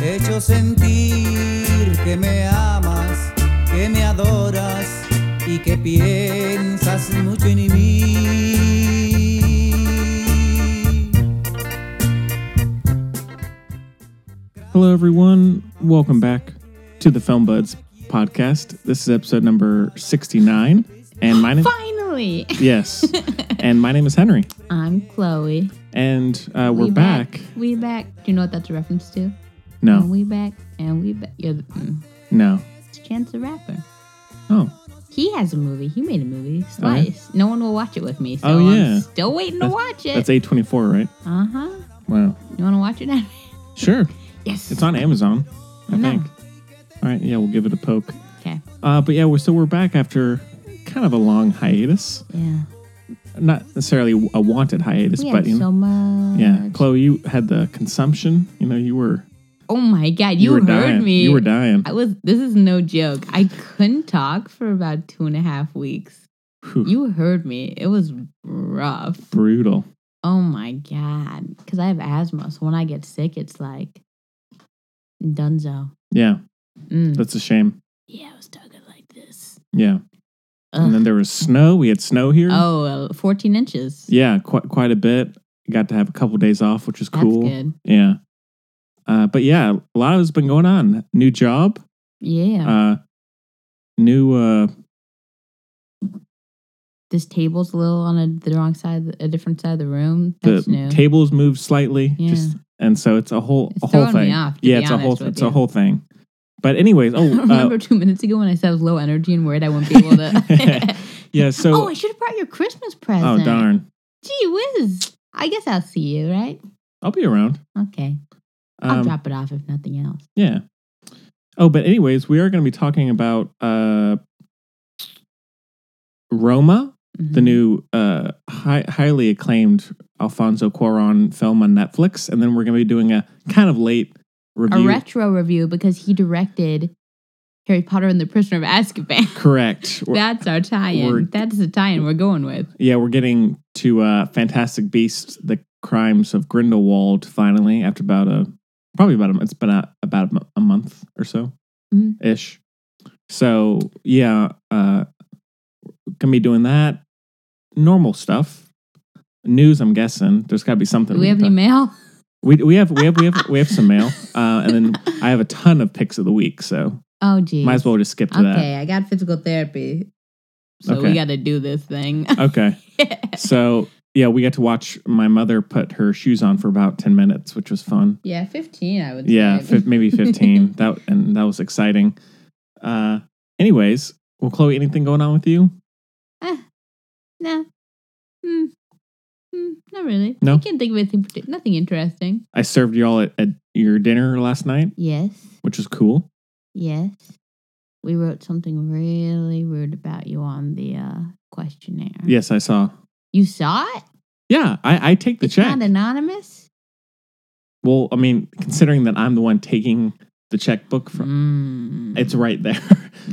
hecho sentir que me amas, que me adoras y que piensas mucho en mí. Hello, everyone. Welcome back to the Film Buds podcast. This is episode number 69. And my name, Finally, yes. and my name is Henry. I'm Chloe. And uh, we're we back. We back. Do you know what that's a reference to? And No, we back. And we back. You're the, mm, no. it's Chance the Rapper. Oh, He has a movie. He made a movie. Oh, yeah? Slice. No one will watch it with me, so Oh, yeah. I'm still waiting to watch that's it. A24, right? Uh huh. Wow. You want to watch it? now? Sure. yes. It's on Amazon, I No. think. All right. Yeah, we'll give it a poke. okay. Uh, but yeah, we're, so we're back after kind of a long hiatus. Yeah. Not necessarily a wanted hiatus, We but had you know. so much. yeah, Chloe, you had the consumption. You know, you were Oh my God! you, You, were heard dying. me. You were dying. I was. This is no joke. I couldn't talk for about two and a half weeks. Whew, You heard me. It was rough. brutal. Oh my god! Because I have asthma, so when I get sick, it's like Dunzo. Yeah, Mm. that's a shame. Yeah, I was talking like this. Yeah, and then Ugh. there was snow. We had snow here. oh, uh, 14 inches. Yeah, quite quite a bit. Got to have a couple days off, which was That's cool. good. Yeah. Uh, but yeah, a lot has been going on. New job, Yeah. uh, new uh, this table's a little on a, the wrong side, a different side of the room. That's the new. tables moved slightly. Yeah. Just and so it's a whole It's a whole throwing me thing. off, to yeah, be it's a whole honest th- with it's you. a whole thing. But anyways, I oh remember two minutes ago when I said I was low energy and worried I wouldn't be able to. uh, yeah, so oh, I should have brought your Christmas present. Oh darn. Gee whiz. I guess I'll see you, right? I'll be around. Okay. I'll Um, drop it off if nothing else. yeah. Oh, but anyways, we are going to be talking about uh Roma, the Mhm. new uh high, highly acclaimed Alfonso Cuarón film on Netflix, and then we're going to be doing a kind of late a review. retro review because he directed Harry Potter and the Prisoner of Azkaban. Correct. We're- That's our we're- tie-in. That's the tie-in we're going with. yeah, we're getting to uh Fantastic Beasts: The Crimes of Grindelwald finally after about a probably about a it's been out about a, mo- a month or so. Mhm. ish. So yeah, uh gonna be doing that. Normal stuff. News, I'm guessing. There's gotta be something. Do we have can any talk- mail? we, we have we have we have we have some mail. Uh and then I have a ton of picks of the week, so Oh, geez. might as well just skip to Okay, I got physical therapy, so Okay. we got to do this thing. that. Okay. So yeah, we got to watch my mother put her shoes on for about ten minutes, which was fun. yeah, fifteen. I would. Yeah, say. fif- maybe fifteen. that and that was exciting. Uh anyways, well Chloe, anything going on with you? no. Hmm. Hmm, not really. No? I can't think of anything. partic- Nothing interesting. I served y'all at, at your dinner last night, Yes. which was cool. Mm-hmm. Yes. We wrote something really rude about you on the uh, questionnaire. Yes, I saw. You saw it. Yeah, I, I take the it's check. not anonymous. well, I mean, considering that I'm the one taking the checkbook from, Mm. it's right there.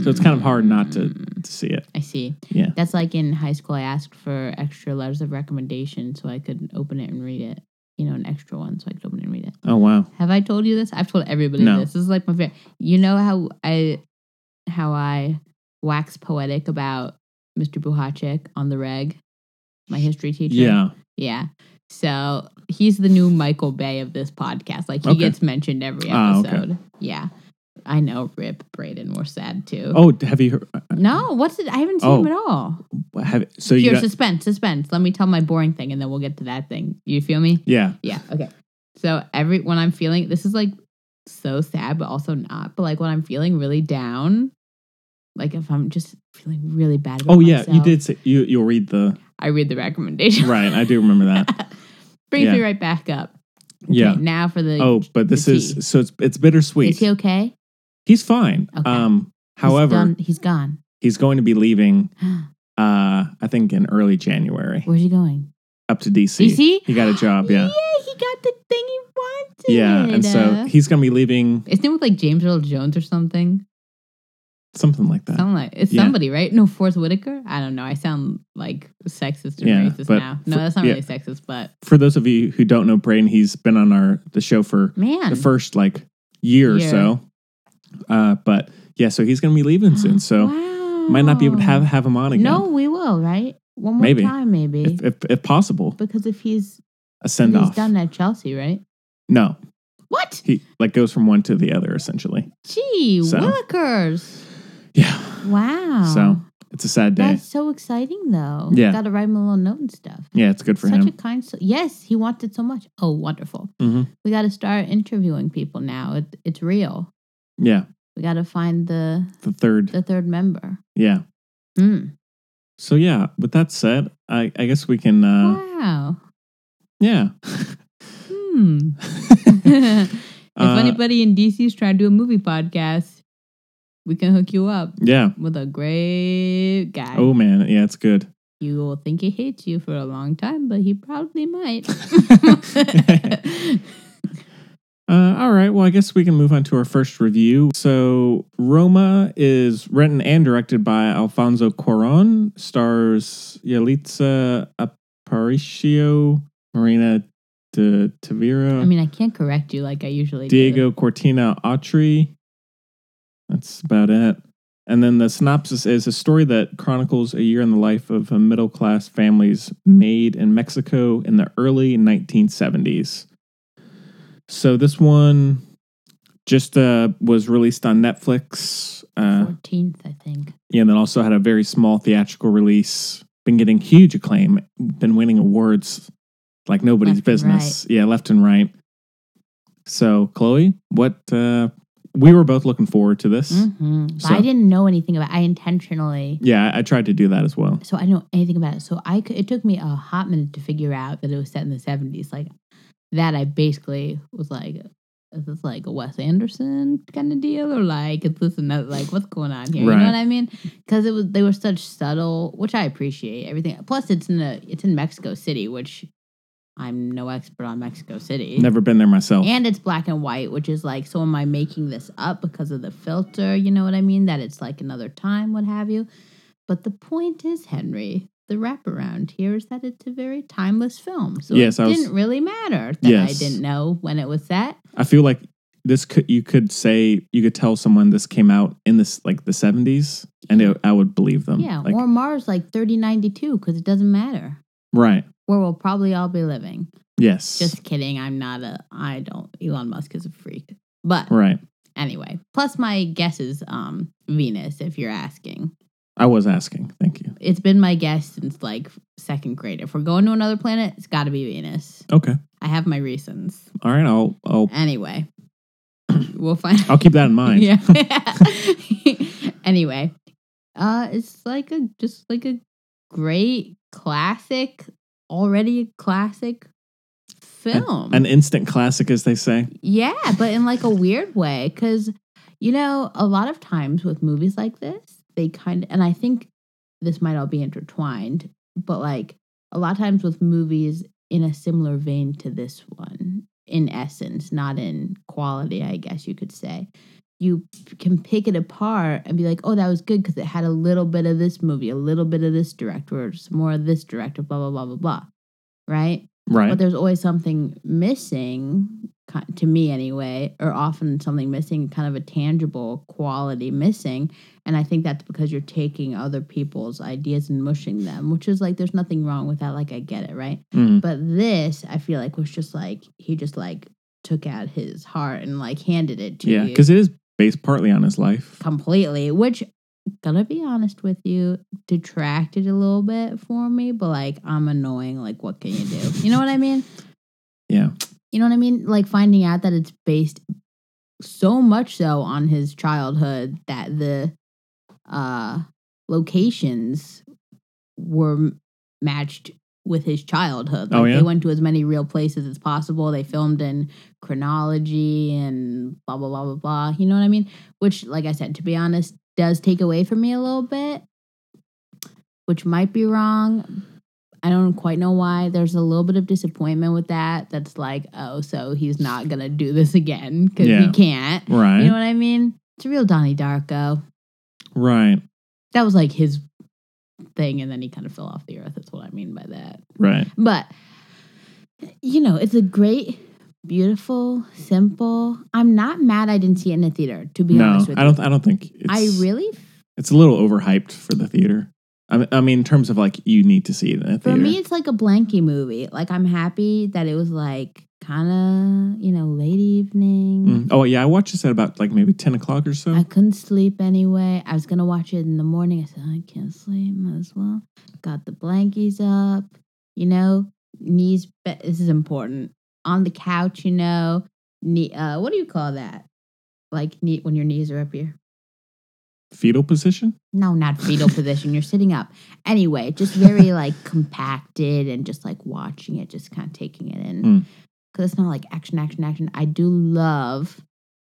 so it's kind of hard not to, Mm. to see it. I see. Yeah. That's like in high school, I asked for extra letters of recommendation so I could open it and read it. You know, an extra one so I could open it and read it. Oh wow. Have I told you this? I've told everybody No. this. This is like my favorite. You know how I how I wax poetic about Mr. Buhacek on the reg, my history teacher. Yeah. Yeah. So he's the new Michael Bay of this podcast. Like he Okay. gets mentioned every Ah, okay. episode. Yeah. I know. Rip Braden. We're sad too. Oh, have you heard? No, what's it? I haven't seen Oh. him at all. uh, Have so you? Here, got- suspense, suspense. Let me tell my boring thing, and then we'll get to that thing. You feel me? yeah. Yeah. Okay. So every when I'm feeling this is like so sad, but also not. But like when I'm feeling really down, like if I'm just feeling really bad. About Oh yeah, you myself, did. Say, you you'll read the I read the recommendation. right. I do remember that. Brings me Yeah. right back up. Yeah. Okay, now for the. Oh, but this Is he- is so it's it's bittersweet. Is he okay? He's He's fine. Okay. Um, however, done- he's gone. he's going to be leaving. Uh, I think in early January Where's he going? up to DC. DC? He got a job. Yeah. he got the thing he wanted. Yeah, and so Uh, he's gonna be leaving Isn't it with like James Earl Jones or something? something like that. Sound like it's Uh, Yeah. somebody, right? No, Forrest Whitaker. I don't know. I sound like sexist or Yeah, racist but now. No, for- that's not yeah. really sexist, but For those of you who don't know Brain, he's been on our the show for man, the first like year, or Year. so. Uh, but yeah, so he's going to be leaving soon. So might not be able to have, have him on again No, we will, right? One more Maybe. time, maybe. if, if, if possible. because if he's A if send he's off. done at Chelsea, right? No, What? he like goes from one to the other essentially. Gee, So. Willikers. Yeah, Wow. So, it's a sad day. That's so exciting, though. Yeah. Got to write him a little note and stuff. Yeah, it's good for Such him. a kind. So- yes, he wants it so much. Oh, wonderful. hmm We got to start interviewing people now. It, it's real. Yeah, We got to find the the third. the third member. Yeah. Hmm. So yeah, with that said, I, I guess we can. Uh, wow. Yeah. Hmm. if Uh, anybody in DC's trying to do a movie podcast, we can hook you up Yeah. with a great guy. Oh man, yeah, it's good. You will think he hates you for a long time, but he probably might. Uh, all right. Well, I guess we can move on to our first review. So, Roma is written and directed by Alfonso Cuaron, stars Yalitza Aparicio, Marina de Tavira, I mean, I can't correct you like I usually do. Diego Cortina Autry. That's about it. And then the synopsis is a story that chronicles a year in the life of a middle class family's maid in Mexico in the early 1970s. So this one just uh, was released on Netflix. Uh, 14th, I think. yeah, and then also had a very small theatrical release. Been getting huge acclaim. Been winning awards like nobody's Left and business. Yeah, left and right. So, Chloe, what uh, we were both looking forward to this. hmm Mm-hmm. So- but I didn't know anything about I intentionally. Yeah, I, I tried to do that as well. So I didn't know anything about it. So I could, it took me a hot minute to figure out that it was set in the 70s. Like that, I basically was like, is this like a Wes Anderson kind of deal? Or like, is this another, like, what's going on here? You Right. know what I mean? Because it was, they were such subtle, which I appreciate everything. Plus, it's in a, it's in Mexico City, which I'm no expert on Mexico City. Never been there myself. And it's black and white, which is like, so am I making this up because of the filter? You know what I mean? That it's like another time, what have you. But the point is, Henry, the wraparound here is that it's a very timeless film. So Yes, it I was- didn't really matter that Yes. I didn't know when it was set. I feel like this could you could say you could tell someone this came out in this like the seventies, and it, I would believe them. yeah, Um, Like, or Mars like 3092 because it doesn't matter right. where we'll probably all be living. Yes. Just kidding. I'm not a, I don't, Elon Musk is a freak. But right. anyway, plus my guess is um, Venus, if you're asking. I was asking. Thank you. It's been my guess since like second grade. If we're going to another planet, it's got to be Venus. Okay. I have my reasons. All right. I'll I'll Anyway, we'll find I'll keep that in mind. Yeah. anyway, uh, it's like a just like a great classic, already a classic film. An instant classic, as they say. Yeah, but in like a weird way, because you know, a lot of times with movies like this, they kind of, and I think this might all be intertwined, but like a lot of times with movies in a similar vein to this one, in essence, not in quality, I guess you could say, you p- can pick it apart and be like, oh, that was good because it had a little bit of this movie, a little bit of this director, or some more of this director, blah, blah, blah, blah, blah. Right? Right. but there's always something missing ki- to me anyway or often something missing kind of a tangible quality missing and i think that's because you're taking other people's ideas and mushing them which is like there's nothing wrong with that like i get it right Mm. but this i feel like was just like he just like took out his heart and like handed it to Yeah, you because it is based partly on his life. completely which gonna be honest with you detracted a little bit for me but like i'm annoying like what can you do you know what i mean Yeah. you know what I mean? Like finding out that it's based so much so on his childhood that the uh locations were m- matched with his childhood. Like Oh, yeah? they went to as many real places as possible. They filmed in chronology and blah blah blah blah blah. You know what I mean? Which like I said, to be honest, does take away from me a little bit. Which might be wrong, I don't quite know why. There's a little bit of disappointment with that. That's like, oh, so he's not gonna do this again because Yeah. he can't. Right. You know what I mean? It's a real Donnie Darko. right. That was like his thing, and then he kind of fell off the earth. That's what I mean by that. Right. But you know, it's a great beautiful, simple. I'm not mad I didn't see it in the theater, to be no, honest with I you. don't. I don't think it's, I really, It's a little overhyped for the theater. I mean, I mean, in terms of like you need to see it in a for theater. me, it's like a blanky movie. Like, I'm happy that it was like kind of, you know, late evening. Mm. Oh yeah, I watched this at about like maybe ten o'clock or so. I couldn't sleep anyway. I was gonna watch it in the morning. I said, I can't sleep, might as well. Got the blankies up, you know, knees be- this is important. On the couch, you know, knee uh what do you call that? Like knee when your knees are up here. Fetal position. No, not fetal position. You're sitting up. Anyway, just very like compacted and just like watching it, just kind of taking it in. Mm. Because it's not like action, action, action. I do love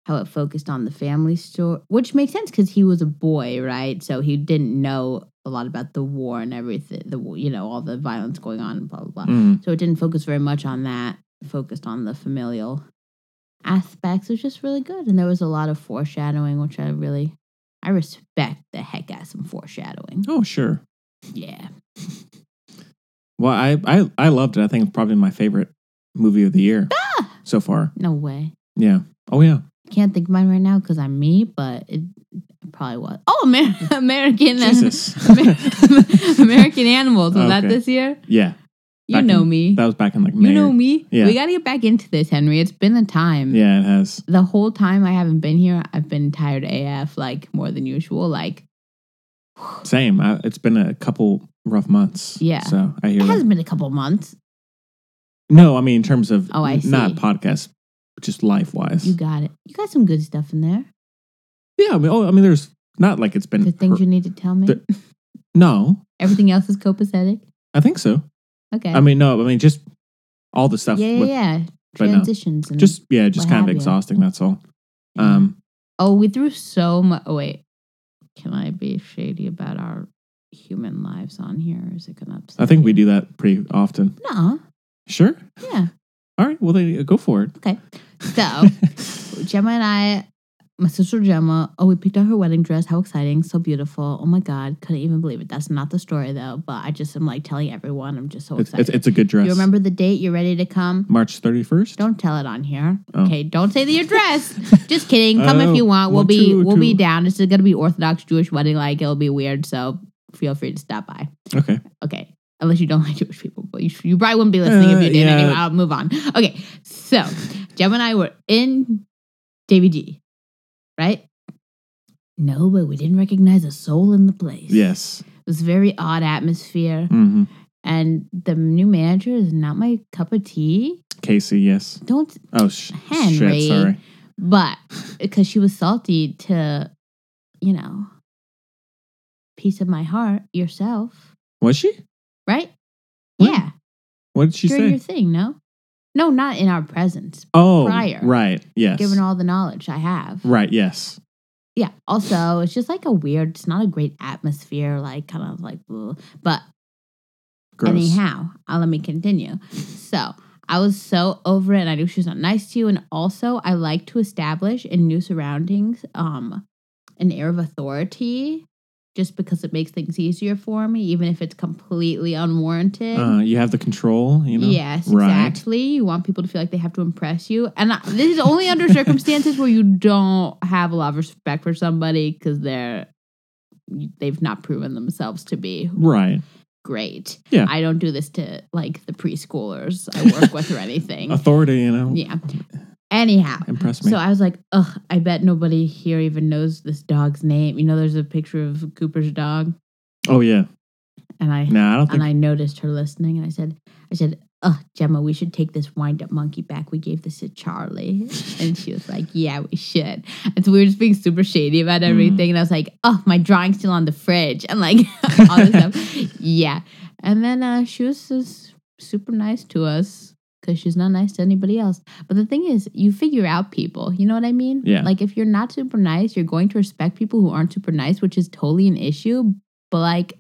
how it focused on the family story, which makes sense because he was a boy, right? So he didn't know a lot about the war and everything, the you know all the violence going on, and blah blah blah. Mm. So it didn't focus very much on that. It focused on the familial aspects. It was just really good. And there was a lot of foreshadowing, which I really I respect the heck out of some foreshadowing. Oh sure. Yeah. Well, I I I loved it. I think it's probably my favorite movie of the year Ah! so far. No way. Yeah. Oh yeah. Can't think of mine right now because I'm me, but it probably was. Oh, Amer- American Jesus. Amer- American Animals. Was that Okay. this year? yeah. You Back know in- me. That was back in like May. You know me. Yeah. We got to get back into this, Henry. It's been a time. Yeah, it has. the whole time I haven't been here, I've been tired AF, like more than usual. Like Same. I, it's been a couple rough months. Yeah. So I hear. it that. has been a couple months. No, I mean in terms of Oh, I not see. podcast, just life wise. You got it. You got some good stuff in there. Yeah, I mean, oh, I mean, there's not like it's been The things per- you need to tell me. Mm, the- no, Everything else is copacetic. I think so. Okay. I mean, no, I mean just all the stuff. yeah, yeah, with, yeah. but no. Transitions and Just yeah, just What kind of have you. exhausting. That's all. Yeah. Um, oh, we threw so much. Oh, wait, can I be shady about our human lives on here? Or is it gonna upset? I think we you? do that pretty often. No. Sure. Yeah. All right. Well, then uh, go for it. Okay. So. Gemma and I, my sister Gemma, oh, we picked out her wedding dress. How exciting. So beautiful. Oh my God. Couldn't even believe it. That's not the story though, but I just am like telling everyone. I'm just so it's, excited. it's, it's a good dress. you remember the date? You're ready to come? March thirty first. Don't tell it on here. Oh. Okay, don't say the address. Just kidding. Come Oh, if you want. We'll one, be two, we'll be two. down. This is gonna be Orthodox Jewish wedding like. It'll be weird, so feel free to stop by. Okay. Okay. Unless you don't like Jewish people, but you, you probably wouldn't be listening if Uh, you did. yeah. Anyway, I'll move on. Okay. So, Gem and I were in DVD, right? No, but we didn't recognize a soul in the place. Yes. It was a very odd atmosphere. hmm And the new manager is not my cup of tea. Casey. Yes. Don't, Oh sh- Henry. shit. Sorry. but because she was salty to, you know, piece of my heart, yourself, Was she? right? When? Yeah. What did she during say? your thing, no? No, not in our presence. oh, prior. Right. Yes. Given all the knowledge I have. right. Yes. Yeah. Also, it's just like a weird, it's not a great atmosphere, like kind of like ugh. but Gross. anyhow, I'll let me continue. So I was so over it and I knew she was not nice to you. And also I like to establish in new surroundings um an air of authority just because it makes things easier for me, even if it's completely unwarranted. Uh, you have the control. You know. Yes, Right. exactly. You want people to feel like they have to impress you. And I, this is only under circumstances where you don't have a lot of respect for somebody because they're they've not proven themselves to be Right. great. Yeah. I don't do this to like the preschoolers I work with or anything. Authority. You know. Yeah. Anyhow, Impress me. so I was like, ugh, I bet nobody here even knows this dog's name. You know, there's a picture of Cooper's dog, oh yeah. and I No, I don't think. and I noticed her listening, and I said, I said, "Ugh, Gemma, we should take this wind up monkey back. We gave this to Charlie." and she was like, "Yeah, we should." And so we were just being super shady Mm. about everything, and I was like, "Oh, my drawing's still on the fridge," and like all this stuff. Yeah, and then uh, she was just super nice to us. Cause she's not nice to anybody else. But the thing is, you figure out people. You know what I mean? Yeah. Like if you're not super nice, you're going to respect people who aren't super nice, which is totally an issue. But like,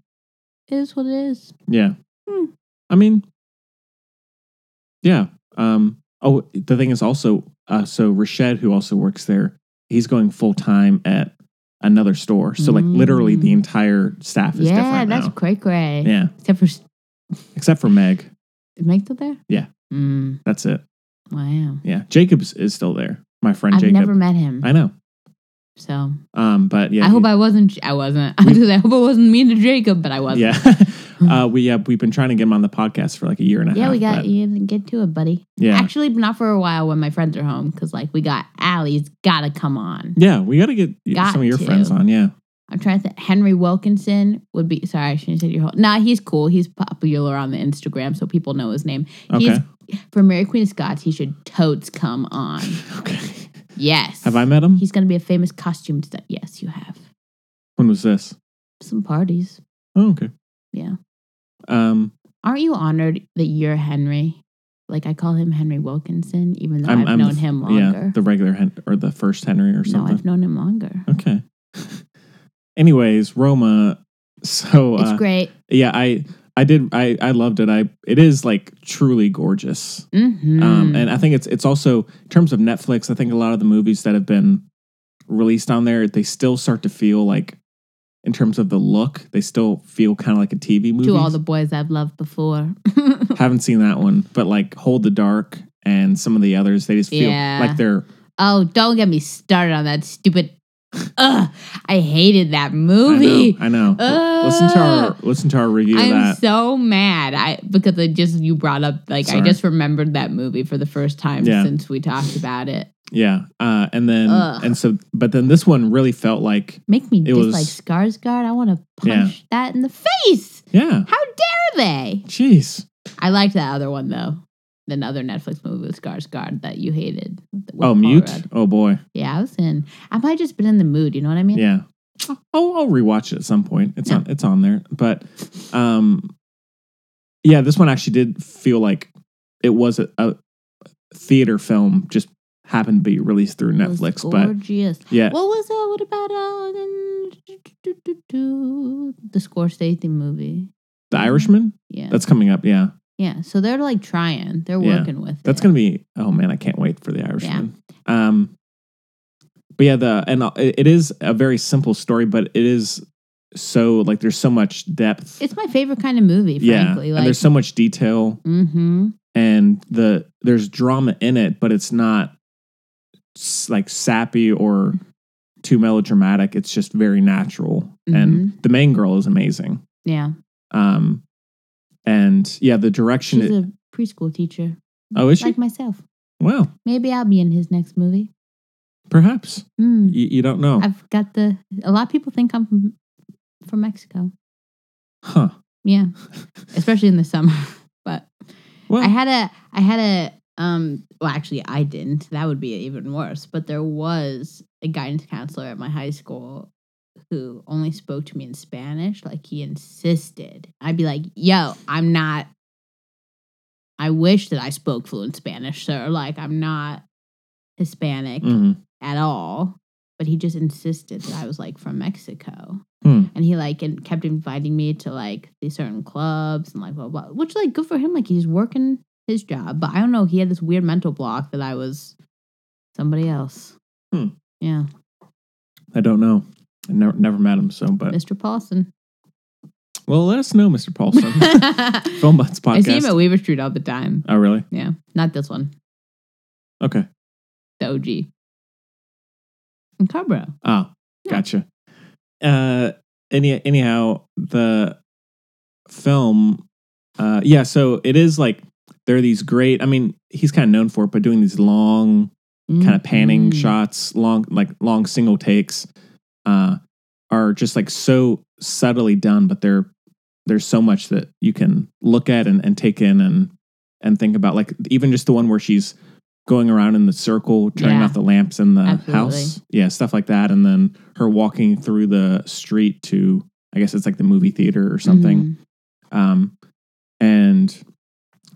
it is what it is. yeah. Hmm. I mean. Yeah. Um. Oh, the thing is also. Uh. So Rashed, who also works there, he's going full time at another store. So like literally the Mm. entire staff is yeah, different that's now. cray cray. Yeah. Except for is Except for Meg. Meg still there? Yeah. Mm. That's it. Wow. Yeah, Jacobs is still there. My friend I've Jacob. never met him. I know. so Um, but yeah, I hope I wasn't. I wasn't. I, was gonna say, I hope I wasn't mean to Jacob, but I wasn't. Yeah, uh, we uh, we've been trying to get him on the podcast for like a year and a Yeah, half. we got but- you. didn't Get to it, buddy. Yeah, Actually, not for a while when my friends are home because, like, we got Allie's got to come on. yeah, we got to get Got some of your to. friends on. Yeah, I'm trying to think. Henry Wilkinson would be. Sorry, I shouldn't have said your whole. Nah, he's cool. He's popular on the Instagram, so people know his name. okay, He's for Mary Queen of Scots. He should totes come on. okay. Yes. Have I met him? He's going to be a famous costume designer. Yes, you have When was this? some parties. Oh, okay. Yeah. Um, Aren't you honored that you're Henry? Like I call him Henry Wilkinson, even though i I'm, have I'm the known f- him Yeah, longer. the regular Hen- or the first Henry or no, something. I've known him longer. Okay. Anyways, Roma. So It's uh, great. yeah, I I did I I loved it. I it is like truly gorgeous. hmm Um, and I think it's it's also in terms of Netflix. I think a lot of the movies that have been released on there, they still start to feel like, in terms of the look, they still feel kind of like a TV movie. to all the boys I've loved before. Haven't seen that one, but like Hold the Dark and some of the others, they just feel Yeah. like they're oh, don't get me started on that stupid. Ugh, I hated that I know, movie. I know. Ugh. listen to our listen to our review of I'm that. so mad. I because I just you brought up like I Sorry. just remembered that movie for the first time Yeah. since we talked about it. yeah, uh, and then Ugh. and so, but then this one really felt like Make me It dislike was- Skarsgård. I want to Yeah. punch that in the face. yeah, How dare they? jeez, I liked that other one though. The other Netflix movie with Skarsgård that you hated. with oh Paul mute, Rudd. oh boy, Yeah, I was in. I might just been in the mood. You know what I mean? Yeah. I'll, I'll rewatch it at some point. It's Mm-hmm. Yeah. on it's on there. But um yeah, this one actually did feel like it was a, a theater film just happened to be released through It was Netflix, but gorgeous. yeah. What was that? What about uh, do, do, do, do, the Scorsese movie? The Irishman? Yeah, That's coming up, yeah. yeah. So they're like trying. They're Yeah. working with. That's it. going to be Oh man, I can't wait for The Irishman. Um but yeah, the and uh, it it is a very simple story, but it is so like there's so much depth. It's my favorite kind of movie, yeah. frankly. and like, there's so much detail. mm-hmm. and the there's drama in it, but it's not s- like sappy or too melodramatic. It's just very natural, and Mm-hmm. the main girl is amazing. Yeah, Um, and yeah, the direction. she's It, a preschool teacher, oh, is she? like myself. Well, Maybe I'll be in his next movie. perhaps Hmm. you, you don't know, I've got the. A lot of people think I'm from, from Mexico. huh? Yeah, especially in the summer. But Well, I had a, I had a, um, well, actually, I didn't. That would be even worse. But there was a guidance counselor at my high school who only spoke to me in Spanish. Like he insisted. I'd be like, "Yo, I'm not. I wish that I spoke fluent Spanish, sir. Like I'm not Hispanic mhm. at all." But he just insisted that I was like from Mexico Hmm. and he like and kept inviting me to like these certain clubs and like blah blah, which like good for him. Like he's working his job, but I don't know. He had this weird mental block that I was somebody else. Hmm. Yeah, I don't know. I never never met him, so but Mr. Paulson. well, let us know, Mr. Paulson. I Filmbots podcast. see him at Weaver Street all the time. oh, really? Yeah, not this one, Okay. the OG. And Cobra. Oh, Yeah. gotcha. Uh, any anyhow, the film, uh, yeah. So it is like there are these great. I mean, he's kind of known for it, but doing these long kind of panning Mhm. shots, long like long single takes, uh, are just like so subtly done, but they're there's so much that you can look at and, and take in and and think about like even just the one where she's going around in the circle turning Yeah. off the lamps in the Absolutely. house yeah stuff like that and then her walking through the street to i guess it's like the movie theater or something Mhm. um and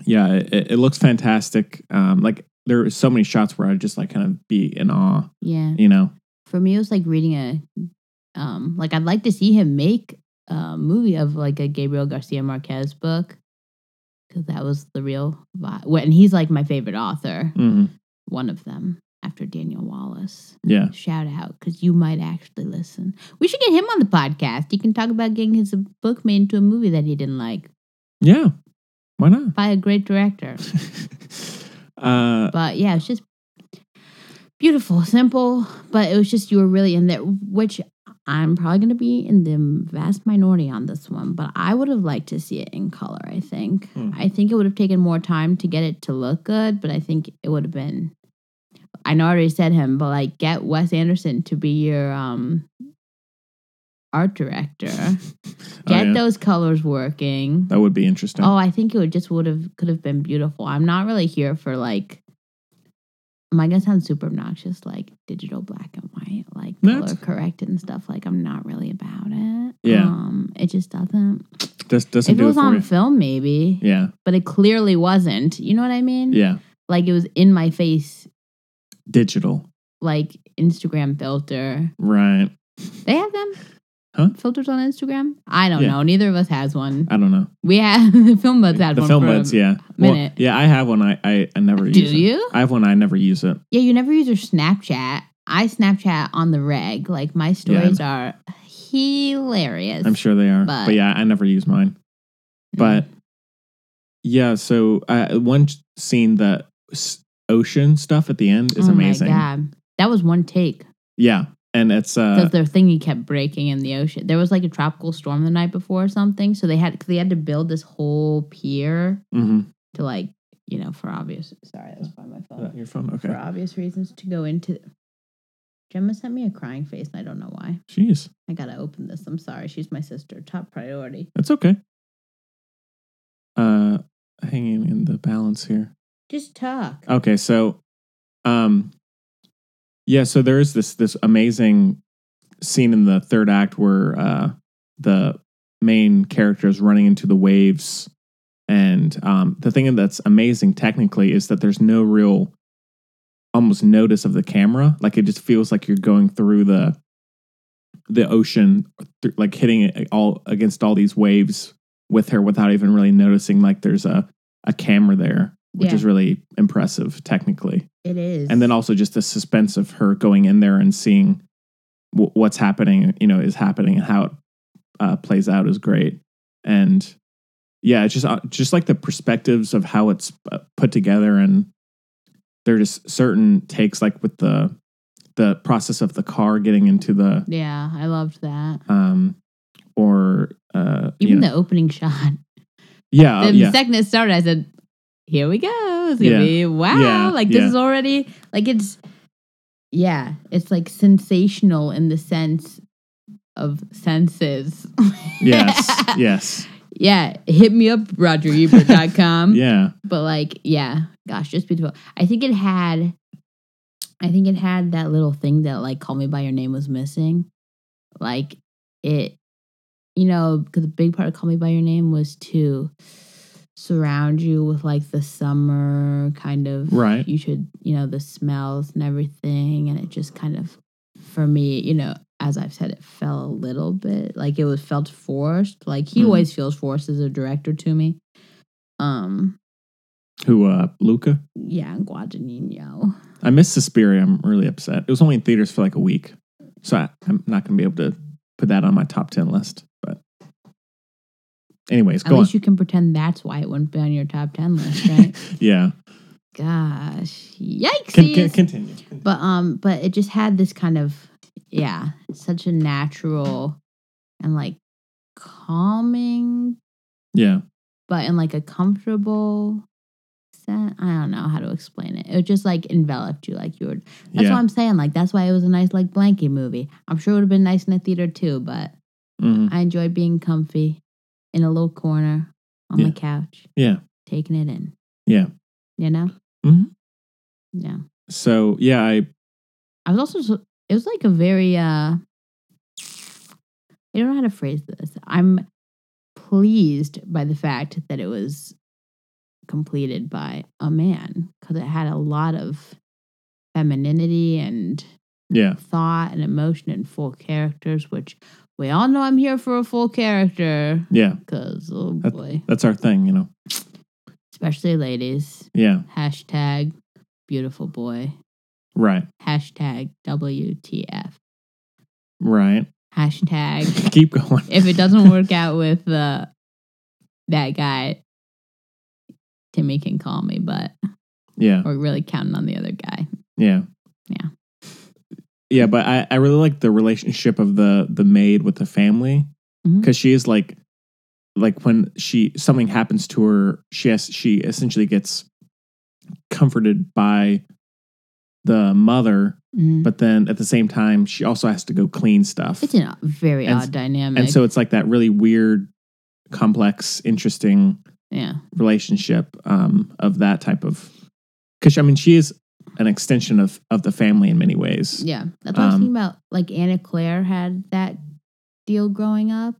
yeah it, it it looks fantastic um like there are so many shots where i'd just like kind of be in awe Yeah. you know for me it was like reading a um like i'd like to see him make a movie of like a gabriel garcia marquez book because that was the real vibe and he's like my favorite author hmm one of them after daniel wallace yeah shout out because you might actually listen we should get him on the podcast he can talk about getting his book made into a movie that he didn't like yeah why not by a great director Uh, But yeah, it's just beautiful, simple. But it was just you were really in there, which I'm probably going to be in the vast minority on this one. But I would have liked to see it in color. I think. Hmm. I think it would have taken more time to get it to look good, but I think it would have been. I know I already said him, but like get Wes Anderson to be your um art director. oh, Get yeah. those colors working. that would be interesting. Oh, I think it would just would have could have been beautiful. I'm not really here for like. Am I gonna sound super obnoxious? Like digital black and white, like No, color it's- correct and stuff. Like I'm not really about it. Yeah. um, it just doesn't. Just doesn't if do it it, was for on you. film, maybe, Yeah, but it clearly wasn't. You know what I mean? yeah. Like it was in my face, Digital, like Instagram filter. right? They have them. Huh? Filters on Instagram? I don't Yeah. know. Neither of us has one. I don't know. We have the film buds had the one. film for a buds, yeah. minute. yeah, I have one. I I, I never Do use it. you? I have one. I never use it. Yeah, you never use your Snapchat. I Snapchat on the reg. Like my stories are hilarious. I'm sure they are, But- but yeah, I never use mine. But yeah, so uh, one ch- scene that s- ocean stuff at the end is oh amazing. My God. That was one take Yeah, and it's because uh, their thingy kept breaking in the ocean. There was like a tropical storm the night before or something, so they had cause they had to build this whole pier mhm. to like you know for obvious. Sorry, that was by my phone. Uh, your phone. Okay, For obvious reasons to go into. Gemma sent me a crying face, and I don't know why. jeez, I gotta open this. I'm sorry. She's my sister. Top priority. that's okay. Uh, hanging in the balance here. Just talk. Okay, so um yeah, so there is this this amazing scene in the third act where uh the main character is running into the waves and um the thing that's amazing technically is that there's no real almost notice of the camera like it just feels like you're going through the the ocean th- like hitting it all against all these waves with her without even really noticing like there's a a camera there which Yeah. is really impressive technically It is. and then also just the suspense of her going in there and seeing w- what's happening you know is happening and how it uh, plays out is great and yeah it's just uh, just like the perspectives of how it's uh, put together and there are just certain takes like with the the process of the car getting into the Yeah, I loved that. um or uh you Even know- the opening shot. yeah uh, the yeah second it started, I said, "Here we go! It's gonna Yeah. be wow! Yeah, Like this yeah. is already like it's yeah, it's like sensational in the sense of senses. yes yes yeah. Hit me up, RogerEbert.com. yeah But like, yeah, gosh, just beautiful. I think it had, I think it had that little thing that like "Call Me by Your Name" was missing. Like it, you know, 'cause the big part of "Call Me by Your Name" was to surround you with like the summer kind of right you should, you know, the smells and everything. And it just kind of, for me, you know, as I've said, it fell a little bit like it was felt forced. Like he Mhm. always feels forced as a director to me. Um, who uh luca yeah, Guadagnino. I missed Suspiria. I'm really upset. It was only in theaters for like a week, so I, I'm not going to be able to put that on my top ten list. But, anyways, At go on. least you can pretend that's why it wouldn't be on your top ten list, right? yeah, Gosh, yikes! Con- con- continue. but um but it just had this kind of yeah such a natural and like calming yeah, but in like a comfortable sense. I don't know how to explain it. It just like enveloped you, like you were. That's yeah. what I'm saying. Like that's why it was a nice like blankie movie. I'm sure it would have been nice in a theater too, but Mhm. I enjoyed being comfy in a little corner on my Yeah. couch, Yeah, taking it in. Yeah. you know. Mhm. Yeah, So yeah, I I was also. so- It was like a very. uh I don't know how to phrase this. I'm pleased by the fact that it was completed by a man because it had a lot of femininity and yeah thought and emotion and full characters, which we all know I'm here for a full character yeah. because, oh That- boy, That's our thing, you know. especially ladies. Yeah, Hashtag beautiful boy. right, Hashtag WTF. right. Hashtag Keep going. if it doesn't work out with uh, that guy, Timmy can call me, but Yeah. We're really counting on the other guy. Yeah. Yeah. Yeah, but I, I really like the relationship of the the maid with the family Mhm. because she is like like when she something happens to her, she has she essentially gets comforted by the mother, Mhm. but then at the same time she also has to go clean stuff. It's a very And- odd dynamic. And so it's like that really weird, complex, interesting yeah, relationship um, of that type of because I mean she is an extension of of the family in many ways. yeah. That's what I was Um, thinking about. Like Anna Claire had that deal growing up.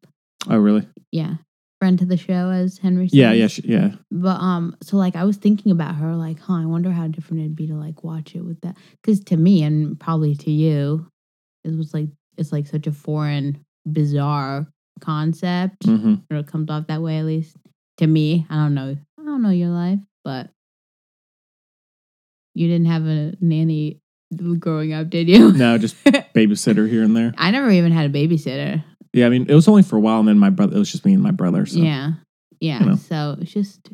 Oh really? Yeah, friend to the show, as Henry. Yeah, says. yeah, she, yeah, But um, so like I was thinking about her, like, huh, I wonder how different it'd be to like watch it with that. Because to me, and probably to you, it was like it's like such a foreign, bizarre concept, hmm or it comes off that way at least to me. I don't know. I don't know your life, but you didn't have a nanny growing up, did you? No, just babysitter here and there. I never even had a babysitter. Yeah, I mean it was only for a while, and then my brother. It was just me and my brother. So. yeah, yeah. you know. So it's just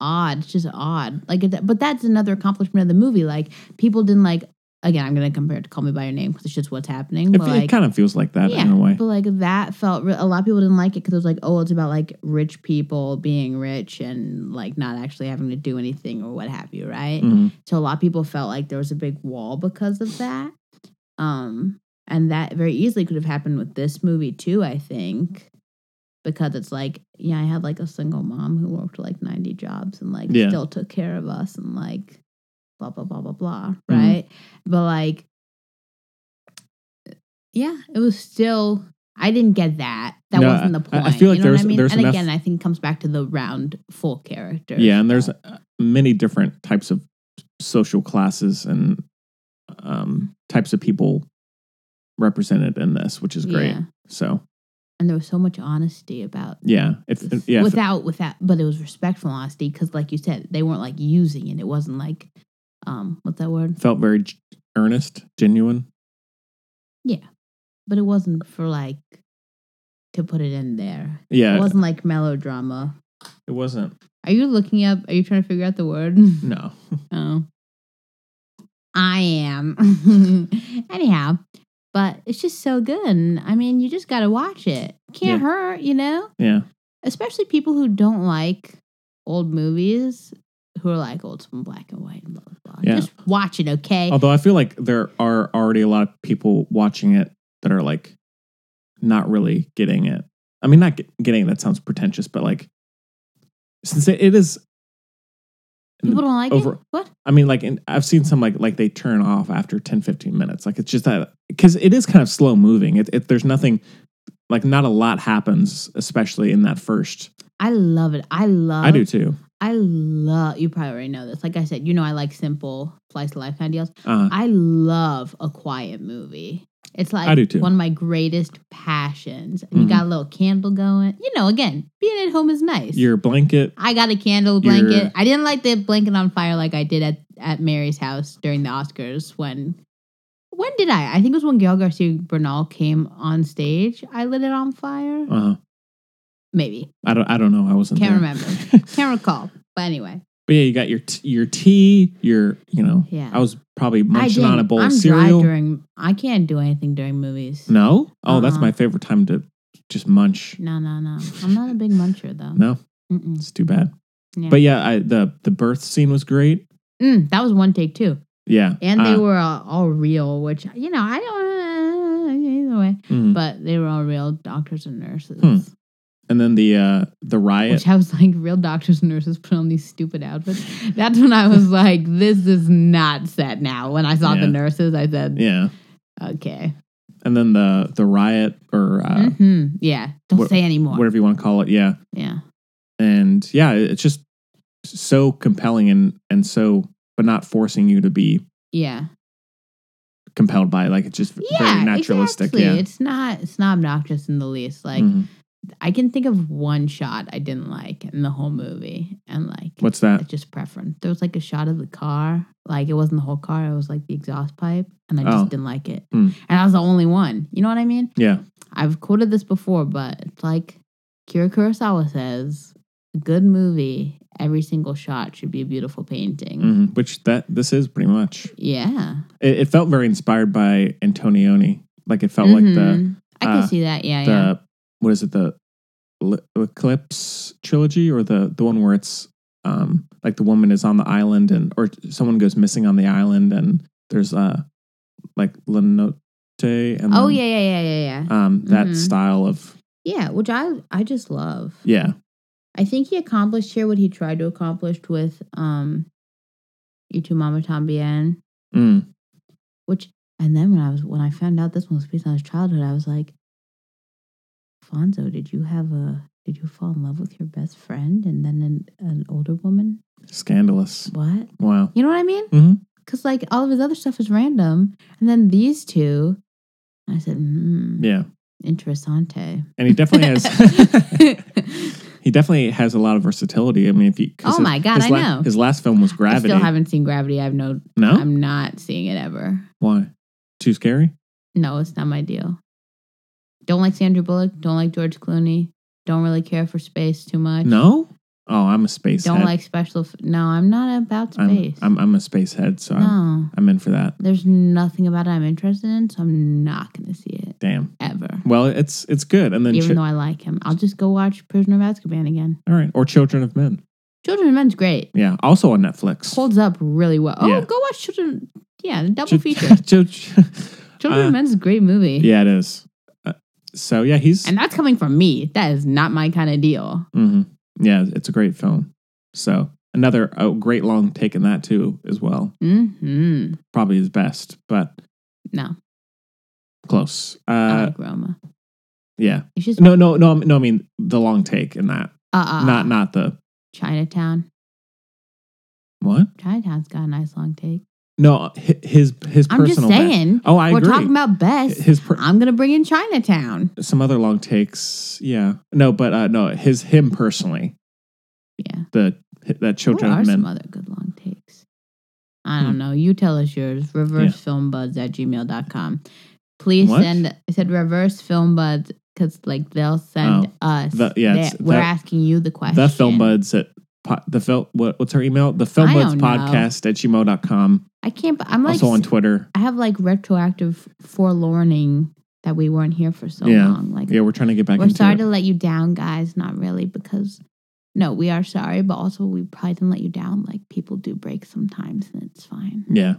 odd. It's just odd. Like, it, but that's another accomplishment of the movie. Like, people didn't like. Again, I'm gonna compare it to Call Me by Your Name because it's just what's happening. It, but it like, kind of feels like that yeah, in a way. but like that felt re- a lot of people didn't like it because it was like, oh, it's about like rich people being rich and like not actually having to do anything or what have you, right? Mhm. So a lot of people felt like there was a big wall because of that. Um, and that very easily could have happened with this movie too, I think. Because it's like, yeah, I had like a single mom who worked like 90 jobs and like Yeah. still took care of us and like blah, blah, blah, blah, blah. Mm-hmm. Right. But like, yeah, it was still, I didn't get that. That No, wasn't the I- I point. feel like you know what there's- I mean? there's and enough- again, I think it comes back to the round full character. Yeah, and there's uh, many different types of social classes and um, types of people represented in this, which is great. Yeah. So And there was so much honesty about yeah, if This- yeah, if- without without but it was respectful honesty because like you said they weren't like using it it wasn't like um what's that word felt very g- earnest, genuine. but it wasn't for like to put it in there Yeah, it wasn't like melodrama it wasn't. are you looking up are you trying to figure out the word No. oh i am anyhow but it's just so good and i mean you just gotta watch it can't Yeah. hurt you know Yeah. especially people who don't like old movies who are like old from black and white and blah blah blah. Yeah. Um, Just watch it, okay? Although I feel like there are already a lot of people watching it that are like not really getting it. I mean, not get, getting it, that sounds pretentious, but like since it, it is, people don't like it. over- What? I mean, like in, I've seen some like like they turn off after 10, 15 minutes. Like it's just that because it is kind of slow moving. It, it there's nothing like not a lot happens, especially in that first. I love it. I love. I do too. I love. You probably already know this. Like I said, you know I like simple slice of life kind of deals. Uh, I love a quiet movie. It's like do too. one of my greatest passions. And Mhm. You got a little candle going. You know, again, being at home is nice. your blanket. I got a candle Your- blanket. I didn't light the blanket on fire like I did at, at Mary's house during the Oscars when when did I? I think it was when Gail Garcia Bernal came on stage. I lit it on fire. Uh, Maybe. I don't. I don't know. I wasn't. Can't there. remember. Can't recall. But anyway. But yeah, you got your t- your tea, your you know. Yeah. I was probably I munching didn't- on a bowl I'm of cereal. dry during I can't do anything during movies. no, oh, that's Uh-uh. my favorite time to just munch. No, no, no. I'm not a big muncher though. No, Mm-mm. it's too bad. Yeah. But yeah, I, the the birth scene was great. Mm, that was one take too. Yeah, And they Uh, were all, all real, which you know, I don't uh, either way. mhm. but they were all real doctors and nurses. Hmm. and then the uh the riot. Which I was like, real doctors and nurses put on these stupid outfits. That's when I was like, this is not set now. When I saw Yeah. the nurses, I said, yeah, okay. and then the the riot or uh, hmm Yeah. Don't what- say anymore. whatever you want to call it. Yeah, Yeah. and yeah, it- it's just so compelling and and so, but not forcing you to be Yeah. compelled by it. Like it's just Yeah. very naturalistic. Exactly. Yeah. It's not it's not obnoxious in the least. Like Mhm. I can think of one shot I didn't like in the whole movie. And like What's that? it's just preference. There was like a shot of the car. Like it wasn't the whole car, it was like the exhaust pipe. And I just Oh. didn't like it. Hmm. And I was the only one. You know what I mean? Yeah. I've quoted this before, but it's like Kira Kurosawa says, a good movie every single shot should be a beautiful painting. hmm Which that this is pretty much. Yeah. It, it felt very inspired by Antonioni. Like it felt like the Mhm. I could uh, see that. Yeah, the yeah. what is it the L- Eclipse trilogy or the the one where it's um like the woman is on the island and or someone goes missing on the island and there's uh like Lenote and Oh then, yeah, yeah, yeah, yeah, yeah. um that Mhm. style of yeah, which I I just love. yeah I think he accomplished here what he tried to accomplish with um You Two Mama Tambien, Mm. which and then when I was when I found out this one was based on his childhood, I was like, Fonzo, did you have a did you fall in love with your best friend and then an, an older woman? scandalous What? wow You know what I mean? Mhm. Because like all of his other stuff is random, and then these two, I said, mm, yeah interessante. and he definitely has he definitely has a lot of versatility. I mean, if you 'cause Oh my God, his I know. his last film was I Gravity. Oh. still haven't seen Gravity. I've no, no, I'm not seeing it ever. why? Too scary? No, it's not my deal. Don't like Sandra Bullock. Don't like George Clooney. Don't really care for space too much. No. Oh, I'm a space. Don't head. like special. F- no, I'm not about I'm, space. I'm I'm a space head, so I'm, no, I'm in for that. there's nothing about it I'm interested in, so I'm not gonna see it Damn. ever. Well, it's it's good. And then Even chi- though I like him, I'll just go watch Prisoner of Azkaban again. all right, or Children of Men. Children of Men's great. Yeah, also on Netflix. Holds up really well. Oh, Yeah. go watch Children. Yeah, the double Chi- feature. chi- chi- Children Uh, of Men's is a great movie. yeah, it is. Uh, so yeah, he's And that's coming from me. That is not my kind of deal. hmm yeah, it's a great film. So another oh, great long take in that too as well. hmm Probably his best, but No, close. Uh, I like Roma. Yeah. It's just No, no, no, I'm- no. I mean the long take in that. uh-uh. not, not the Chinatown. what? Chinatown's got a nice long take. No, hi- his his I'm just personal. best. saying. Oh, I we're agree. talking about best. his per- I'm gonna bring in Chinatown. some other long takes. Yeah. No, but uh, no, his him personally. Yeah. The that children what are of men. some other good long takes? I Hmm. don't know. You tell us yours. Reversefilmbuds at gmail.com. Please What? send. I said reverse film buds because like they'll send us. Oh. The- yeah, their- it's- we're that- asking you the question. the film buds at po- the film. What, what's our email? The film I buds don't know. podcast at gmail.com. I can't. b- I'm like. also on Twitter. I have like retroactive forewarning that we weren't here for so Yeah. long. Like Yeah, we're trying to get back we're into sorry it. to let you down, guys. Not really because. No, we are sorry, but also we probably didn't let you down. Like people do break sometimes, and it's fine, yeah,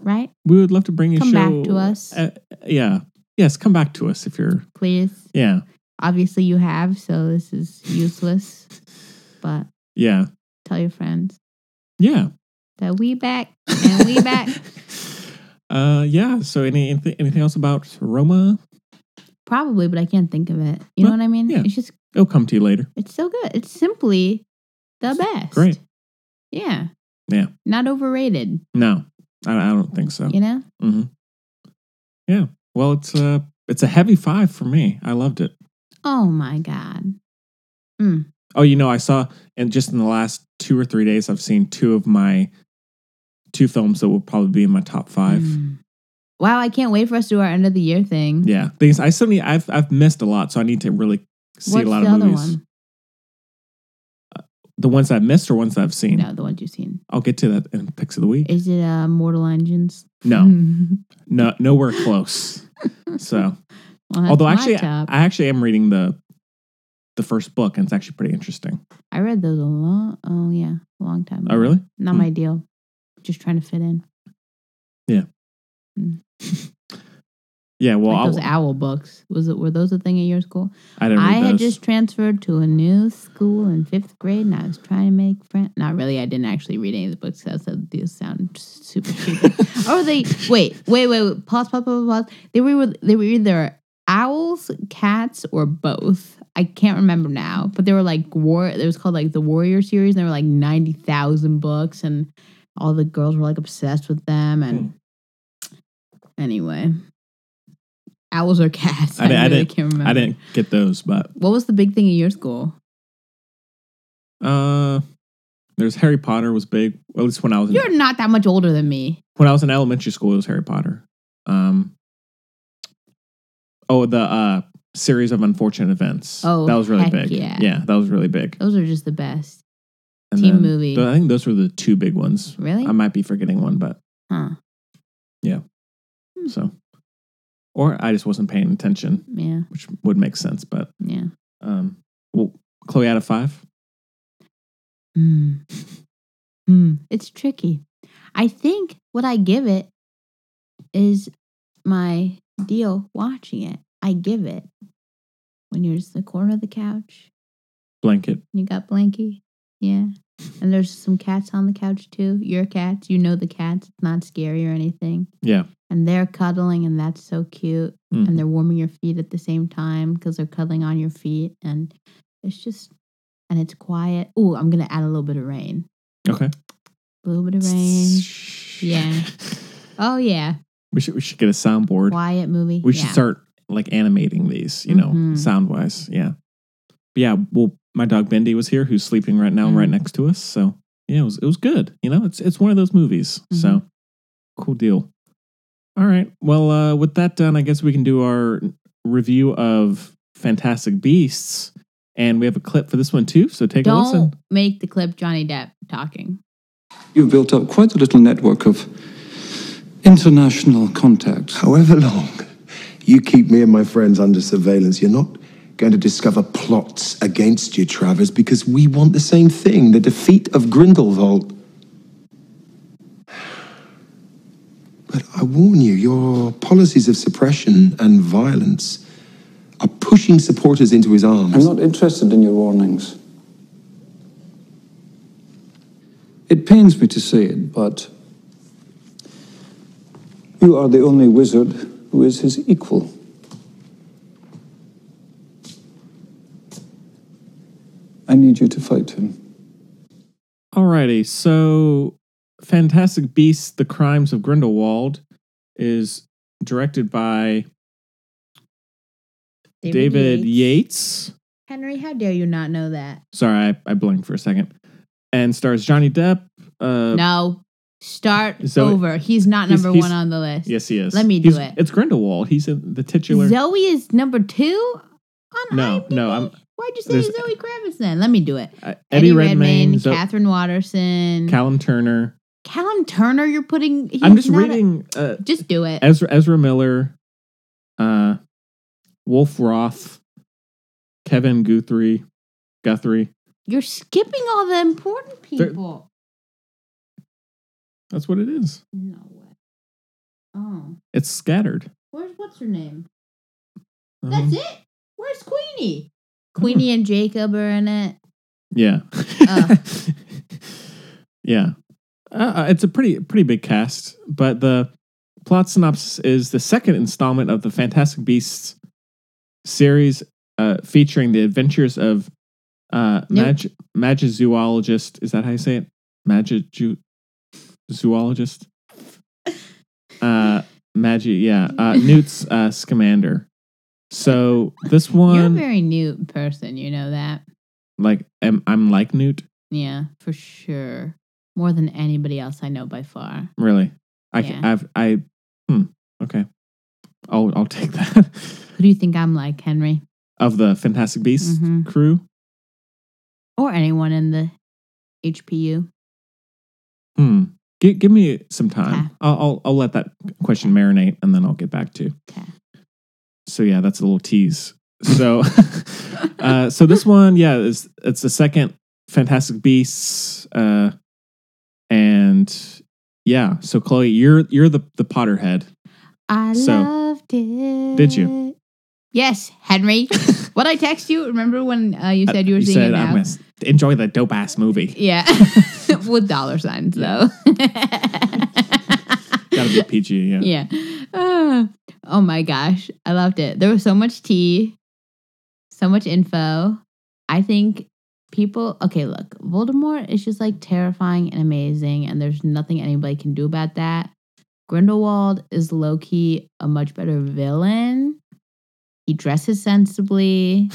right? we would love to bring you Come back show- to us. Uh, yeah. Yes, come back to us if you're. Please. Yeah. obviously you have, so this is useless. but Yeah. tell your friends Yeah. that we back and we back. Uh, yeah. So, any anything, anything else about Roma? Probably, but I can't think of it. You know Well, what I mean? yeah. It's just It'll come to you later. it's so good. It's simply the best. great. Yeah. Yeah. Not overrated, No, I, I don't think so. you know? hmm Yeah. Well, it's a it's a heavy five for me. I loved it. Oh my god. Oh, you know, I saw and just in the last two or three days, I've seen two of my two films that will probably be in my top five. Mm. Wow, I can't wait for us to do our end of the year thing. Yeah, things I still need. I've I've missed a lot, so I need to really see What's a lot the of other movies. one? The ones I've missed or ones I've seen. No, the ones you've seen. I'll get to that in picks of the week. Is it uh, Mortal Engines? Mm-hmm. No. No, nowhere close. so, Well, that's although my actually, I, top. I actually am reading the the first book, and it's actually pretty interesting. I read those a long, oh yeah, a long time. Oh, really? Not my deal. Just trying to fit in. Yeah. Well, like I'll, those owl books. Was it were those a thing at your school? I didn't I read had those. just transferred to a new school in fifth grade, and I was trying to make friends. Not really. I didn't actually read any of the books. 'cause I said these sound super stupid. oh, they wait, wait, wait, wait. Pause, pause, pause, pause. They were they were either owls, cats, or both. I can't remember now, but they were like war. It was called like the Warrior series. And there were like ninety thousand books, and all the girls were like obsessed with them. And Hmm. anyway, owls or cats. I I, di- I really didn't- can't remember. I didn't get those, but What was the big thing in your school? uh, there's Harry Potter was big. Well, at least when I was in, You're not that much older than me. when I was in elementary school, it was Harry Potter. Um, oh, the uh series of unfortunate events. Oh, that was really heck big. yeah. yeah, that was really big. Those are just the best. And Teen then- movie. I think those were the two big ones. Really? I might be forgetting one, but huh. so. Or I just wasn't paying attention, Yeah. which would make sense. But Yeah. um, well, Chloe out of five. Mm. Mm. It's tricky. I think what I give it is my deal watching it. I give it when you're just in the corner of the couch Blanket. and you got blankie. Yeah. And there's some cats on the couch too. Your cats. You know the cats. It's not scary or anything. Yeah. And they're cuddling, and that's so cute. Mm. And they're warming your feet at the same time because they're cuddling on your feet. And it's just, and it's quiet. Oh, I'm going to add a little bit of rain. Okay. A little bit of rain. Yeah. Oh, yeah. We should we should get a soundboard. Quiet movie. We should Yeah. start like animating these, you know, Mhm. sound wise. Yeah. But yeah. Well, my dog Bendy was here, who's sleeping right now, right Mm. next to us. So yeah, it was it was good. You know, it's it's one of those movies. So Mm-hmm. cool deal. All right. Well, uh, with that done, I guess we can do our review of Fantastic Beasts, and we have a clip for this one too. So take a listen. Don't make the clip Johnny Depp talking. You've built up quite a little network of international contacts. However long you keep me and my friends under surveillance, you're not going to discover plots against you, Travers, because we want the same thing the defeat of Grindelwald. But I warn you, your policies of suppression and violence are pushing supporters into his arms. I'm not interested in your warnings. It pains me to say it, but you are the only wizard who is his equal. I need you to fight him. Alrighty, so Fantastic Beasts: The Crimes of Grindelwald is directed by David Yates. Henry, how dare you not know that? Sorry, I, I blanked for a second. And stars Johnny Depp. Uh, no. Start Zoe- over. He's not He's- number he's- one on the list. Yes, he is. Let me He's- do it. It's Grindelwald. He's in the titular. Zoe is number two on No, IMDb? no, I'm- Why'd you say there's- Zoe Kravitz then? Let me do it. Uh, Eddie, Redmayne, Redmayne, Zo- Catherine Watterson, Callum Turner. Callum Turner. You're putting. He's I'm just not a- reading uh, just do it. Ezra Ezra Miller, uh, Wolf Roth, Kevin Guthrie, Guthrie. You're skipping all the important They're- people. That's what it is. No way. Oh, It's scattered. where's what's her name? Um, That's it. Where's Queenie? Queenie and Jacob are in it. Yeah. Oh. yeah. Uh, Uh, it's a pretty pretty big cast, but the plot synopsis is the second installment of the Fantastic Beasts series, uh, featuring the adventures of uh, Nope. mag- magizoologist. Is that how you say it? Magizu zoologist. Uh, Magi, yeah. Uh, Newt's uh, Scamander. So this You're a one, very new person. You know that. like, am, I'm like Newt. Yeah, for sure. More than anybody else I know by far. Really? I can, Yeah. I've I hmm, okay. I'll I'll take that. Who do you think I'm like, Henry? of the Fantastic Beasts Mhm. crew. Or anyone in the HPU? Hmm. Give give me some time. Okay. I'll, I'll I'll let that question marinate and then I'll get back to you. Okay. So yeah, that's a little tease. So uh so this one, yeah, is it's the second Fantastic Beasts uh and yeah, so Chloe, you're you're the the Potterhead. I So, loved it. did you? Yes, Henry. what I text you? Remember when uh, you said you were you seeing said it now? I'm gonna s- enjoy the dope ass movie. yeah, with dollar signs though. Gotta be PG, yeah. yeah. Ah. oh my gosh, I loved it. There was so much tea, so much info. I think people. Okay, look, Voldemort is just like terrifying and amazing, and there's nothing anybody can do about that. Grindelwald is low key a much better villain. He dresses sensibly.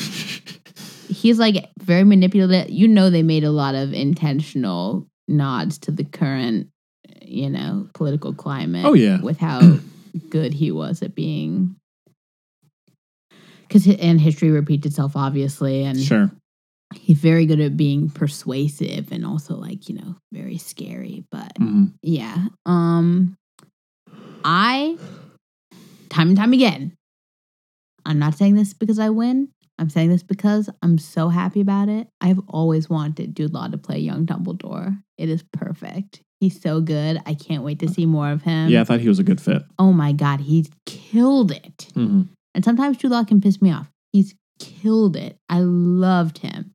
He's like very manipulative. You know, they made a lot of intentional nods to the current, you know, political climate. Oh, yeah. With how good he was at being. Because and history repeats itself, obviously, and Sure. he's very good at being persuasive and also like you know very scary but Mhm. yeah um i time and time again i'm not saying this because i win i'm saying this because i'm so happy about it i've always wanted jude law to play young dumbledore it is perfect he's so good i can't wait to see more of him Yeah, I thought he was a good fit. oh my god he killed it Mm-hmm. and sometimes Jude Law can piss me off. He's killed it. I loved him.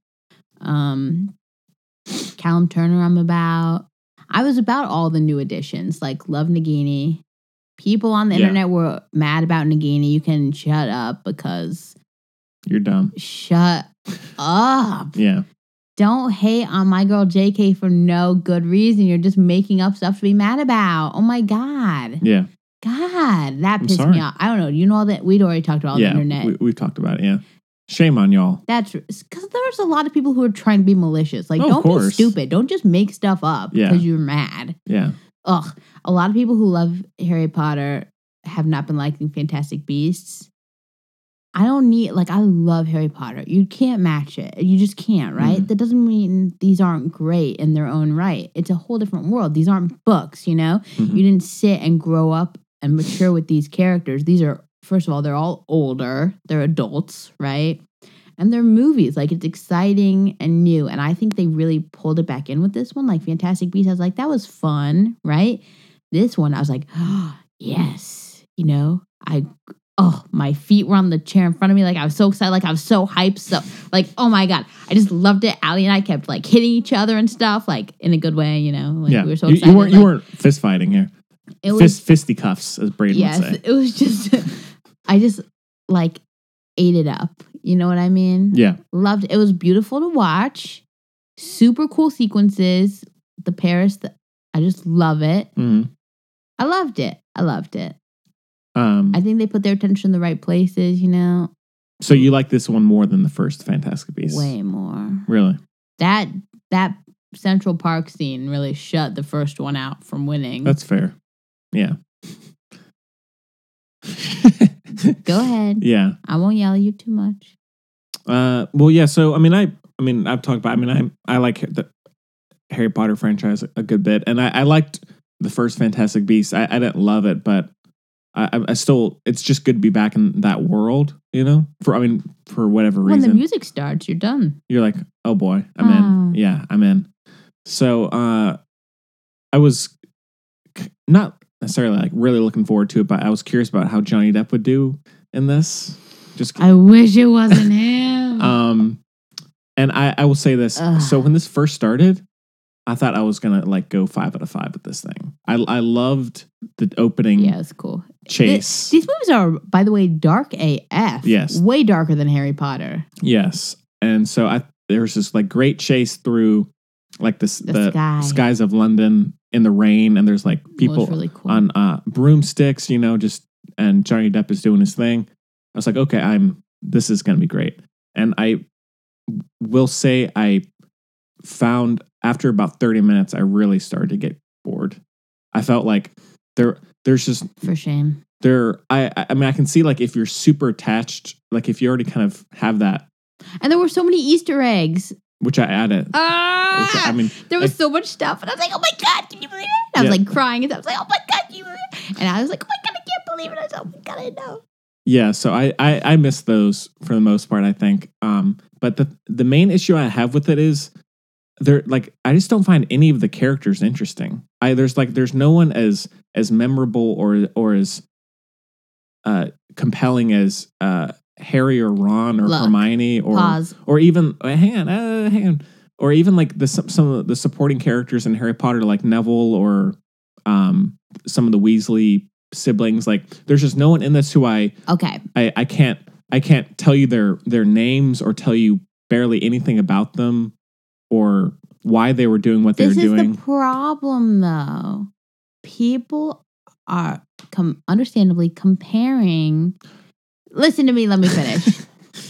Um, Callum Turner, I'm about. I was about all the new additions, like Love Nagini. People on the Yeah. internet were mad about Nagini. You can shut up because You're dumb. shut up. Yeah. Don't hate on my girl JK for no good reason. You're just making up stuff to be mad about. Oh my God. Yeah. God, that I'm pissed sorry. me off. I don't know. You know all that we'd already talked about all yeah. the internet. We, we've talked about it. Yeah. Shame on y'all. That's because there's a lot of people who are trying to be malicious. Like, Oh, Of don't course. be stupid. Don't just make stuff up Yeah. because you're mad. Yeah. Ugh. A lot of people who love Harry Potter have not been liking Fantastic Beasts. I don't need, like, I love Harry Potter. You can't match it. You just can't, right? Mm-hmm. That doesn't mean these aren't great in their own right. It's a whole different world. These aren't books, you know? Mhm. You didn't sit and grow up and mature with these characters. These are, first of all, they're all older, they're adults, right? And they're movies. Like it's exciting and new. And I think they really pulled it back in with this one. Like Fantastic Beasts, I was like, that was fun, right? This one, I was like, oh, yes, you know, I. Oh, my feet were on the chair in front of me. Like I was so excited. Like I was so hyped. So like, oh my God. I just loved it. Allie and I kept like hitting each other and stuff, like in a good way, you know. Like yeah. we were so you, excited. you weren't you Like, weren't fist fighting here. it was Fist fisticuffs, as Braden yes would say. it was just i just like ate it up you know what i mean Yeah. loved it was beautiful to watch super cool sequences the paris the, i just love it hmm i loved it i loved it Um. i think they put their attention in the right places you know so you like this one more than the first Fantastic Beasts? way Mm-hmm. more Really? that that central park scene really shut the first one out from winning That's fair. Yeah. go ahead Yeah. i won't yell at you too much Uh, well, yeah. So I mean, I I mean, I've talked about. I mean, I I like the Harry Potter franchise a good bit, and I, I liked the first Fantastic Beasts. I, I didn't love it, but I, I- I still. It's just good to be back in that world, you know. For I mean, for whatever when the reason, music starts you're done you're like, oh boy, I'm Oh. in. Yeah, I'm in. So uh, I was c- not necessarily like really looking forward to it, but I was curious about how Johnny Depp would do in this. Just i wish it wasn't him um, and I, I will say this. Mm-hmm. Ugh. So when this first started, I thought I was gonna like go five out of five with this thing. I I loved the opening Yeah, it's cool. chase. These movies are, by the way, dark AF. Yes. Way darker than Harry Potter. yes, and so I there was this like great chase through like this The the, sky. skies of London in the rain, and there's like people was really cool. on uh, broomsticks, you know, just and Johnny Depp is doing his thing. I was like, okay, I'm this is gonna be great. And I will say I found after about 30 minutes, I really started to get bored. I felt like there there's just For shame. there I I- I mean I can see like if you're super attached, like if you already kind of have that, And there were so many Easter eggs. which I added. which Ah! I mean there was like, so much stuff. And I was like, oh my God, can you believe it? I was Yeah. like crying. And I was like, oh my God, can you believe it? And I was like, oh my God, I can't believe it. I was like, oh my God, I know. Yeah, so I, I I miss those for the most part. I think. Um, but the the main issue I have with it is there like I just don't find any of the characters interesting. I there's like there's no one as as memorable or or as uh compelling as uh Harry or Ron or Look, Hermione or Pause. or even uh, hang on, uh, hang on, or even like the some, some of the supporting characters in Harry Potter, like Neville or um, some of the Weasley siblings. Like, there's just no one in this who I, Okay. I I can't I can't tell you their their names or tell you barely anything about them or why they were doing what they were This is doing. the problem, though. People are com- understandably comparing. Listen to me. Let me finish.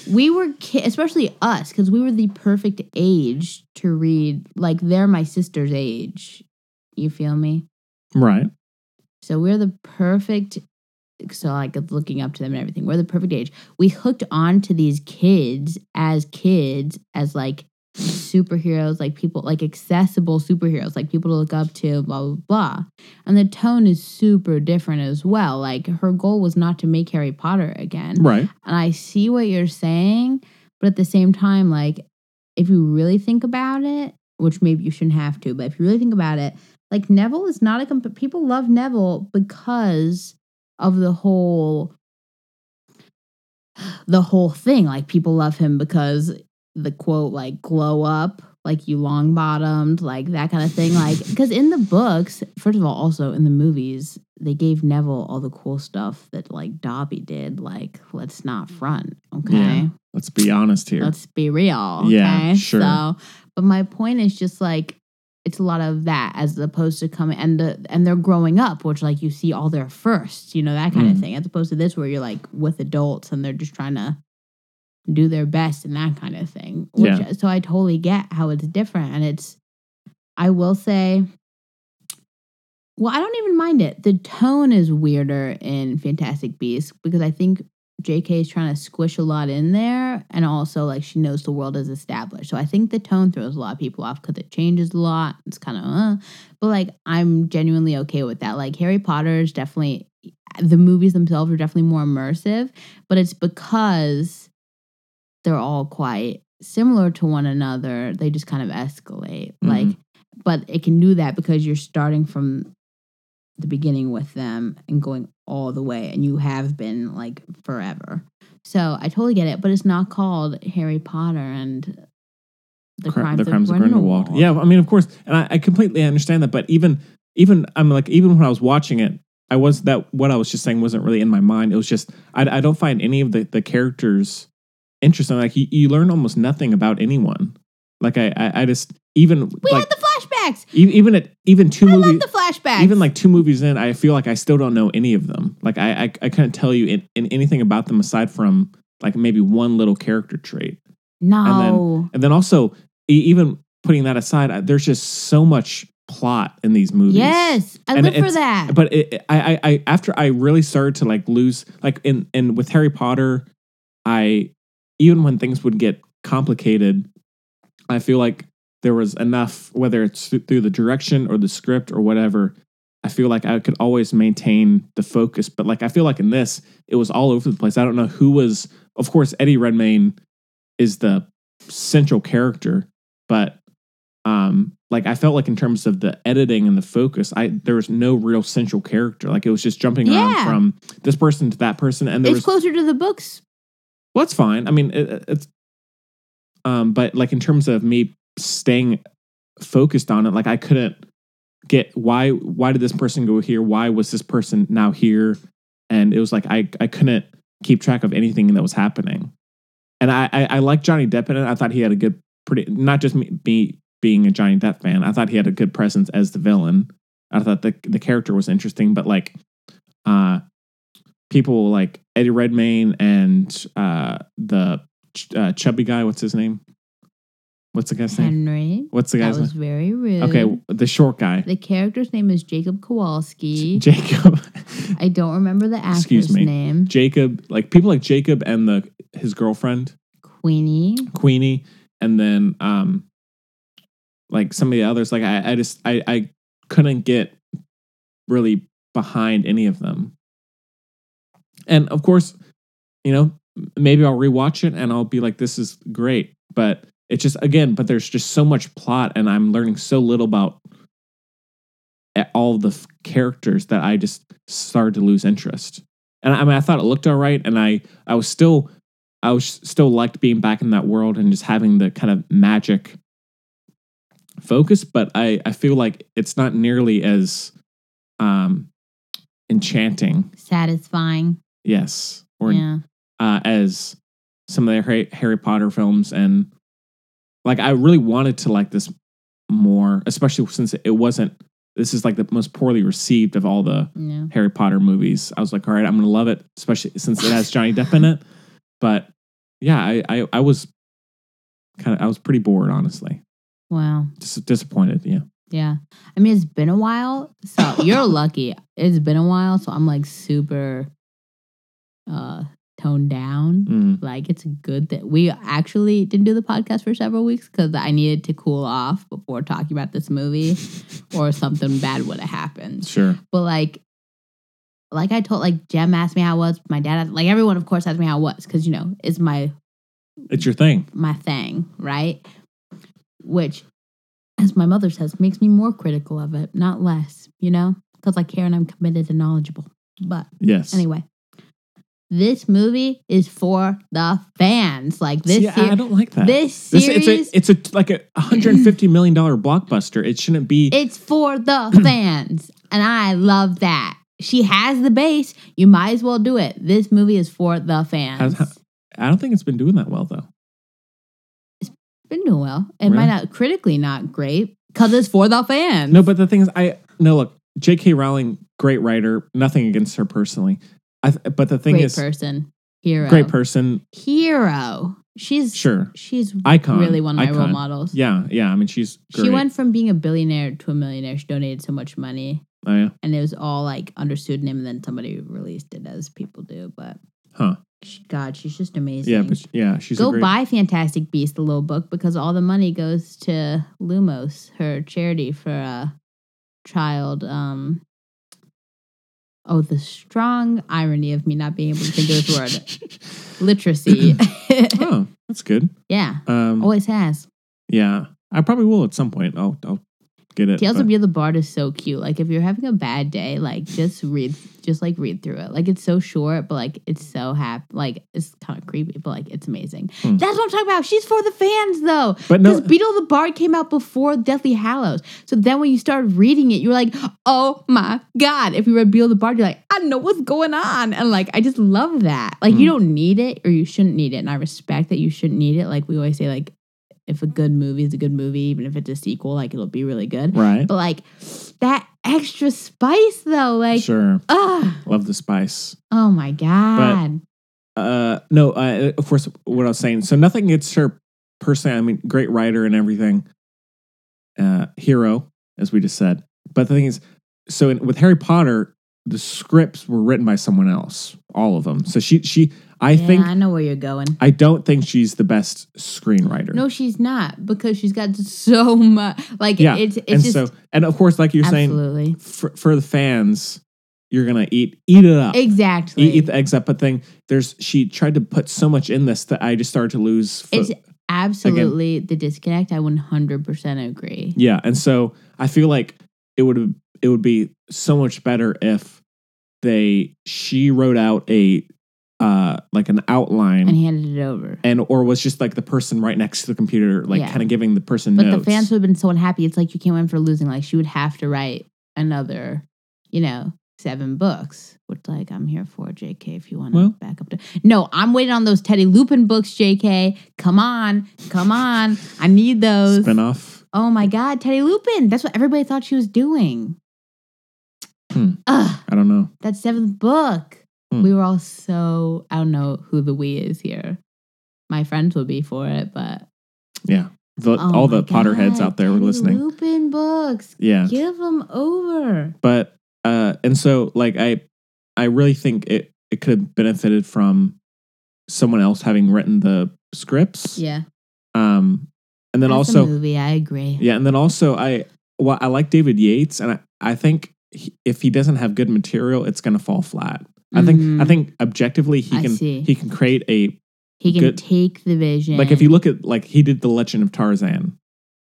we were, ki- especially us, because we were the perfect age to read. Like they're my sister's age. You feel me? right. So we're the perfect. So like looking up to them and everything. We're the perfect age. We hooked on to these kids as kids as like superheroes, like people, like accessible superheroes, like people to look up to, blah, blah, blah. And the tone is super different as well. Like her goal was not to make Harry Potter again. Right. And I see what you're saying, but at the same time, like, if you really think about it, which maybe you shouldn't have to, but if you really think about it, like Neville is not a comp- people love Neville because of the whole the whole thing. Like people love him because the quote like glow up, like you long bottomed, like that kind of thing. Like because in the books, first of all, also in the movies, they gave Neville all the cool stuff that like Dobby did. Like let's not front, okay? Yeah. Let's be honest here. Let's be real. Okay? Yeah, sure. So, but my point is just like it's a lot of that as opposed to coming and the and they're growing up, which like you see all their firsts, you know that kind Mm. of thing, as opposed to this where you're like with adults and they're just trying to do their best and that kind of thing. Which, Yeah. So I totally get how it's different, and it's I will say. Well, I don't even mind it. The tone is weirder in Fantastic Beasts because I think JK is trying to squish a lot in there. And also, like, she knows the world is established. So I think the tone throws a lot of people off because it changes a lot. It's kind of, uh, but like, I'm genuinely okay with that. Like, Harry Potter is definitely, the movies themselves are definitely more immersive, but it's because they're all quite similar to one another. They just kind of escalate. Mm-hmm. Like, but it can do that because you're starting from the beginning with them and going all the way, and you have been like forever. So I totally get it, but it's not called Harry Potter and the Cri- crimes, the crimes of of Grindelwald. Grindelwald. Yeah, I mean, of course, and I, I completely understand that. But even, even I'm like, even when I was watching it, I was that what I was just saying wasn't really in my mind. It was just I, I don't find any of the the characters interesting. Like you, you learn almost nothing about anyone. Like I, I, I just even we like had the flashbacks. e- even at even two I movies. love the flashbacks. even like two movies in, I feel like I still don't know any of them. Like I, I, I couldn't tell you in, in anything about them aside from like maybe one little character trait. no, And then also, e- even putting that aside, I- there's just so much plot in these movies. yes, I And live for it's- that. But it, it- I, I, I, after I really started to like lose, like in, in with Harry Potter, I, even when things would get complicated, I feel like there was enough, whether it's th- through the direction or the script or whatever, I feel like I could always maintain the focus. But like, I feel like in this, it was all over the place. I don't know who was, of course, Eddie Redmayne is the central character, but um, like I felt like in terms of the editing and the focus, I there was no real central character. Like it was just jumping around Yeah. from this person to that person, and there it's was closer to the books. well, it's fine. I mean, it, it's, um, but like in terms of me staying focused on it, like I couldn't get why why did this person go here? Why was this person now here? And it was like I I couldn't keep track of anything that was happening. And I I, I like Johnny Depp in it. I thought he had a good pretty not just me, me being a Johnny Depp fan. I thought he had a good presence as the villain. I thought the the character was interesting, but like uh people like Eddie Redmayne and uh, the ch- uh, chubby guy. What's his name? What's the guy's name? Henry, What's the that guy's was name? very rude. Okay, the short guy, the character's name is Jacob Kowalski. Jacob. I don't remember the Excuse actor's me. name. Jacob, like people like Jacob and the his girlfriend Queenie. Queenie, and then um, like some of the others. Like I, I just I I couldn't get really behind any of them. And of course, you know, m- maybe I'll rewatch it and I'll be like, this is great. But it's just, again, but there's just so much plot and I'm learning so little about a- all the f- characters that I just started to lose interest. And I I mean, I thought it looked all right. And I, I was still, I was still liked being back in that world and just having the kind of magic focus. But I, I feel like it's not nearly as, um, enchanting. Satisfying. Yes. Or yeah. uh, as some of the Harry, Harry Potter films, and like I really wanted to like this more, especially since it wasn't. This is like the most poorly received of all the Yeah. Harry Potter movies. I was like, all right, I'm gonna love it, especially since it has Johnny Depp in it. But yeah, I I, I was kind of I was pretty bored, honestly, Wow. Dis- disappointed. Yeah, Yeah. I mean, it's been a while. So you're lucky. It's been a while. So I'm like super uh toned down. Mm. Like it's good that we actually didn't do the podcast for several weeks because I needed to cool off before talking about this movie, or something bad would have happened. Sure. But like, like I told, like Jem asked me how it was. My dad, asked, like everyone, of course, asked me how it was because you know it's my It's your thing. my thing, right? Which, as my mother says, makes me more critical of it, not less. You know, because I care and I'm committed and knowledgeable. But Yes. anyway, this movie is for the fans. Like this, See, I I ser- don't like that. this This- series. it's a it's a like a 150 million dollar blockbuster. It shouldn't be It's for the fans. And I love that. She has the base. You might as well do it. This movie is for the fans. Has- I don't think it's been doing that well though. Been doing well. It might Really? not critically not great because it's for the fans. No, but the thing is, I no look. J.K. Rowling, great writer. Nothing against her personally. I th- but the thing great is, person, hero, great person, hero. She's sure, she's icon, really one of my role icon. models. Yeah, yeah. I mean, she's great. She went from being a billionaire to a millionaire. She donated so much money, Oh, yeah. and it was all like under pseudonym. And then somebody released it, as people do. But Huh. she, God, she's just amazing. Yeah, but sh- yeah, she's a go great, buy Fantastic Beasts, the little book, because all the money goes to Lumos, her charity for a child. Um, oh, the strong irony of me not being able to think of this word literacy. Oh, that's good. yeah, Um, always has. yeah, I probably will at some point. I'll I'll get it. Tales but- of Beauty the Bard is so cute. Like if you're having a bad day, like just read, just like read through it. Like it's so short, but like it's so happy. Like it's kind of creepy, but like it's amazing. Hmm. That's what I'm talking about. She's for the fans though. But no- because Beetle the Bard came out before Deathly Hallows. So then when you started reading it, you were like, oh my god! If you read Beetle the Bard, you're like, I know what's going on, and like I just love that. Like you Hmm. don't need it or you shouldn't need it, and I respect that you shouldn't need it. Like we always say, like. If a good movie is a good movie, even if it's a sequel, like it'll be really good. right. But like that extra spice though, like sure, ugh, love the spice. oh my god. Uh, no, uh, of course, what I was saying. So nothing against her personally. I mean, great writer and everything. Uh, hero, as we just said. But the thing is, so in, with Harry Potter, the scripts were written by someone else, all of them. So she, she, I yeah, think, I know where you're going. I don't think she's the best screenwriter. No, she's not because she's got so much. Like Yeah, it's it's and just so, and of course, like you're absolutely saying, for, for the fans, you're gonna eat, eat it up. exactly. Uh, Eat, eat the eggs up, but thing there's she tried to put so much in this that I just started to lose. fo- it's absolutely the disconnect. I 100 percent agree. Yeah, and so I feel like it would it would be so much better if they she wrote out a uh like an outline And and, handed it over. or was just like the person right next to the computer like Yeah. kind of giving the person But notes. the fans would have been so unhappy. It's like you can't win for losing. Like she would have to write another, you know, seven books. Which like I'm here for, JK. If you want to Well- back up to no, I'm waiting on those Teddy Lupin books, JK. Come on, come on. I need those. spin off. Oh my God, Teddy Lupin. That's what everybody thought she was doing. Hmm. Ugh, I don't know. that seventh book. Hmm. We were all so I don't know who the we is here. My friends will be for it, but Yeah. The, Oh all my the Potterheads God, out there were Teddy listening. Lupin books. Yeah. Give them over. but uh and so like i i really think it it could have benefited from someone else having written the scripts Yeah. um and then That's a also movie, I agree. yeah and then also i well i like david yates and i i think he, if he doesn't have good material it's gonna fall flat i think i Mhm. think objectively he I can see. he can create a He can good- take the vision. like if you look at like he did the legend of tarzan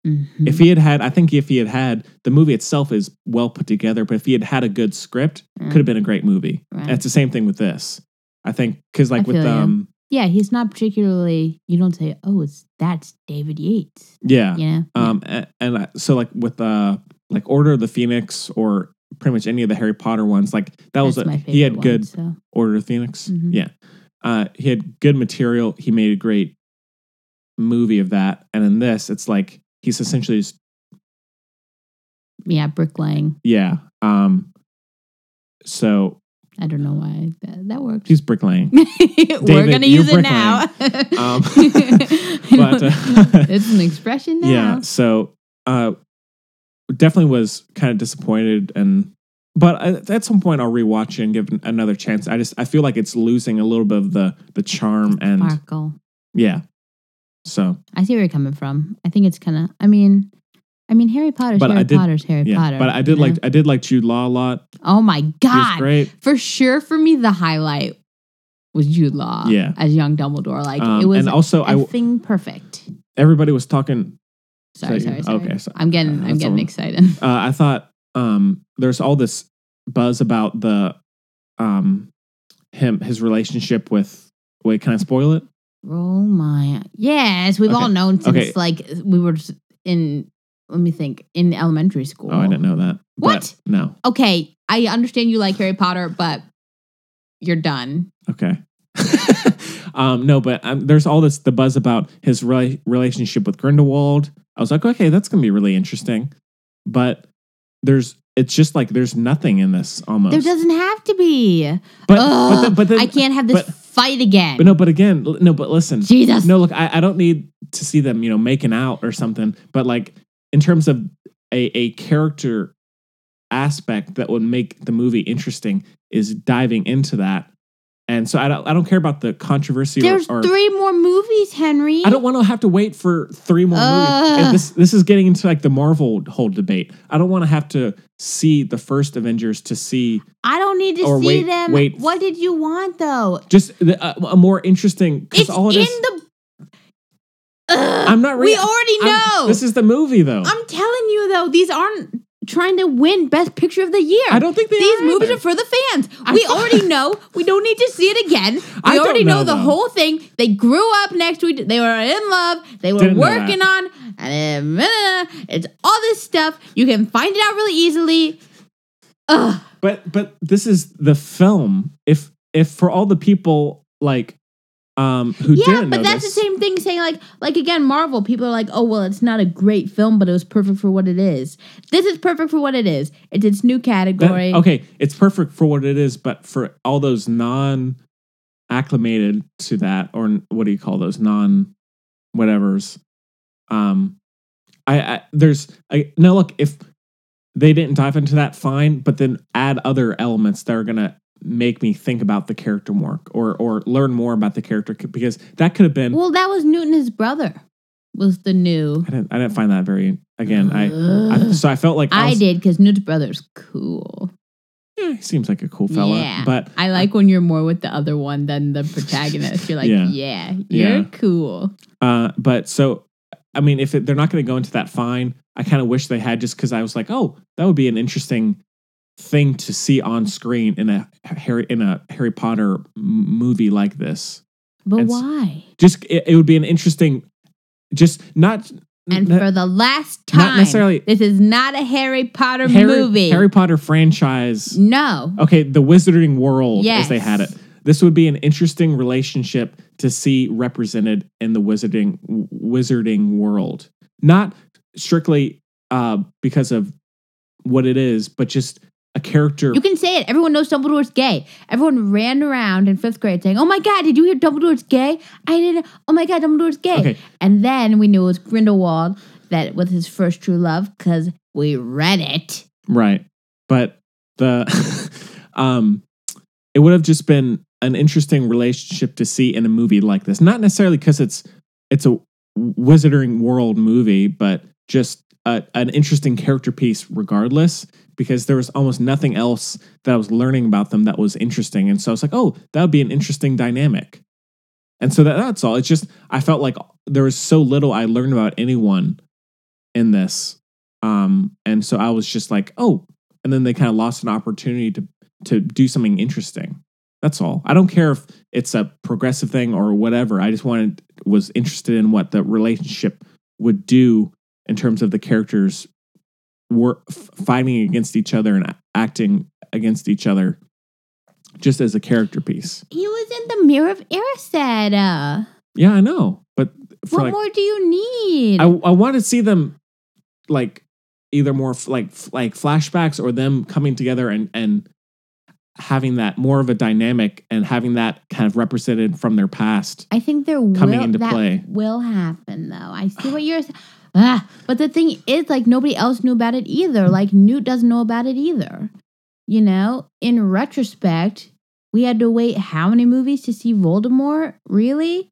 Mhm. if he had had i think if he had had the movie itself is well put together but if he had had a good script Yeah. could have been a great movie Right. And it's the same thing with this i think because Mm-hmm. I like with feel ya. um yeah, he's not particularly. You don't say, "Oh, it's that's David Yates." yeah, You know. um a- and, I so like with uh like order of the phoenix or pretty much any of the harry potter ones like that was That's a, he had one, good so. order of the phoenix Mhm. yeah uh he had good material he made a great movie of that and in this it's like he's essentially just Yeah, bricklaying. yeah um so I don't know why that, that works. he's bricklaying We're David, gonna you're use it now. Um, but, uh, it's an expression now. Yeah. So uh definitely was kind of disappointed and But I, at some point, I'll rewatch it and give it another chance. I just I feel like it's losing a little bit of the the charm and Sparkle. yeah. So I see where you're coming from. I think it's kind of. I mean, I mean Harry Potter's But Harry I did- Potter's Harry yeah, Potter. but I you did know? like I did like Jude Law a lot. Oh my He was god! great. For sure, for me the highlight was Jude Law. Yeah. as young Dumbledore. Like Um, it was and also I effing perfect. everybody was talking. Sorry, So you- sorry, sorry. okay, so- I'm getting, uh, I'm that's getting all. excited. Uh, I thought um, there's all this buzz about the um, him his relationship with. Wait, can I spoil it? Oh my! Yes, we've all Okay. known since Okay. like we were s- in. Let me think. In elementary school. Oh, I didn't know that. But What? no. Okay, I understand you like Harry Potter, but you're done. Okay. um, no, but um, there's all this the buzz about his re- relationship with Grindelwald. I was like, okay, that's gonna be really interesting. But there's it's just like there's nothing in this almost. There doesn't have to be. but, Ugh, but, then- but then, I can't have this but- fight again. But no, but again, l- no, but listen. Jesus. No, look, I, I don't need to see them, you know, making out or something. But like in terms of a, a character aspect that would make the movie interesting is diving into that. And so I don't I don't care about the controversy There's or, or three more movies, Henry. I don't want to have to wait for three more Ugh. movies. And this this is getting into like the Marvel whole debate. I don't want to have to see the first Avengers to see I don't need to Or see wait- them. wait. What did you want though? just the, uh, a more interesting because It's all it in is- the. Ugh, I'm not we really- already I'm- know. This is the movie though. I'm telling you though, these aren't trying to win Best Picture of the Year. I don't think they these are movies either. are for the fans. we already know. We don't need to see it again. We I don't already know, know, the though. whole thing. They grew up next to each. They were in love. They were Didn't know that. working on. And then, it's all this stuff. You can find it out really easily. Ugh. But but this is the film. If if for all the people like um who Yeah, didn't know but that's this, the same thing saying like like again Marvel people are like, "Oh, well, it's not a great film, but it was perfect for what it is." This is perfect for what it is. It's its new that- category. okay, it's perfect for what it is, but for all those non acclimated to that or n- what do you call those non whatever's um I, I there's I, no look if they didn't dive into that fine but then add other elements that are going to make me think about the character more or or learn more about the character c- because that could have been Well, that was Newton, his brother, was the new. I didn't. I didn't find that very. Again, I, I. Ugh. So I felt like I was- did because Newton's brother's cool. eh, he seems like a cool fella, Yeah. but I like when you're more with the other one than the protagonist. You're like, yeah, Yeah. you're Yeah. cool. uh, but so, I mean, if it, they're not going to go into that, fine. I kind of wish they had, just because I was like, oh, that would be an interesting thing to see on screen in a Harry in a Harry Potter m- movie like this. But And s- why? Just it, it would be an interesting, just not And not- for the last time, not necessarily- this is not a Harry Potter Harry, movie. Harry Potter franchise. no. Okay, the Wizarding World, Yes. as they had it. This would be an interesting relationship to see represented in the Wizarding w- Wizarding World, not strictly uh, because of what it is, but just a character. You can say it. Everyone knows Dumbledore's gay. Everyone ran around in fifth grade saying, Oh my God, did you hear Dumbledore's gay? I didn't. Oh my God, Dumbledore's gay. Okay. And then we knew it was Grindelwald that was his first true love because we read it. Right. But the um it would have just been an interesting relationship to see in a movie like this. Not necessarily cuz it's it's a wizarding world movie, but just a, an interesting character piece regardless because there was almost nothing else that I was learning about them that was interesting. And so I was like, "Oh, that would be an interesting dynamic." And so that that's all. It's just I felt like there was so little I learned about anyone in this um and so i was just like oh and then they kind of lost an opportunity to to do something interesting that's all i don't care if it's a progressive thing or whatever i just wanted was interested in what the relationship would do in terms of the characters were f- fighting against each other and a- acting against each other just as a character piece He was in the Mirror of Erised. yeah i know but for What like more do you need? I, I want to see them like either more f- like f- like flashbacks or them coming together and and having that more of a dynamic and having that kind of represented from their past. I think there will coming into that play. will happen though. I see what you're s- ah, but the thing is like nobody else knew about it either. Like Newt doesn't know about it either. You know, in retrospect, we had to wait how many movies to see Voldemort? Really?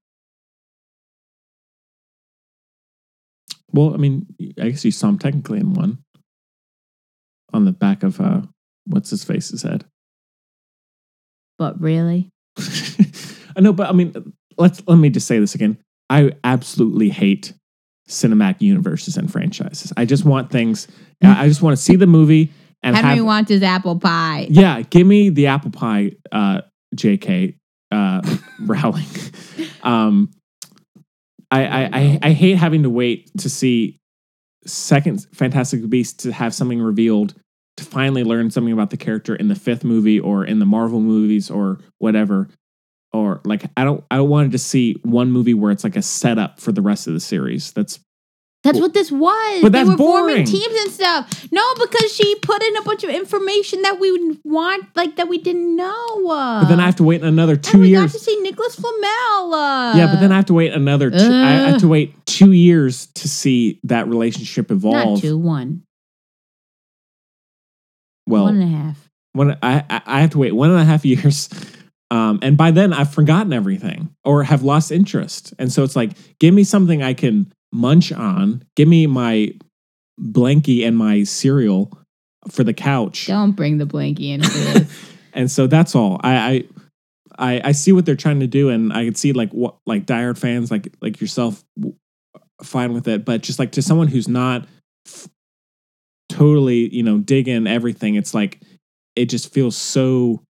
Well, I mean, I guess you saw him technically in one on the back of uh, what's his face's head. But really? I know, but I mean, let's let me just say this again. I absolutely hate cinematic universes and franchises. I just want things. I I just want to see the movie and Henry have. wants his apple pie. Yeah, give me the apple pie, uh, J.K. Uh, Rowling. Um, I, I, I I hate having to wait to see second Fantastic Beast to have something revealed to finally learn something about the character in the fifth movie or in the Marvel movies or whatever. Or like I don't I wanted to see one movie where it's like a setup for the rest of the series. That's That's what this was. But they that's were boring. forming teams and stuff. No, because she put in a bunch of information that we would want, like that we didn't know. but Uh, then I have to wait another two and we years. got to see Nicholas Flamel. uh, yeah, but then I have to wait another. Two, I have Ugh. to wait two years to see that relationship evolve. not two, one, Well, one and a half. when I, I I have to wait one and a half years, um, and by then I've forgotten everything or have lost interest, and so it's like, give me something I can munch on. Give me my blankie and my cereal for the couch, Don't bring the blankie into this. and so that's all. I. I I, I see what they're trying to do, and I could see like what like diehard fans like like yourself w- fine with it, but just like to someone who's not f- totally you know digging everything, it's like it just feels so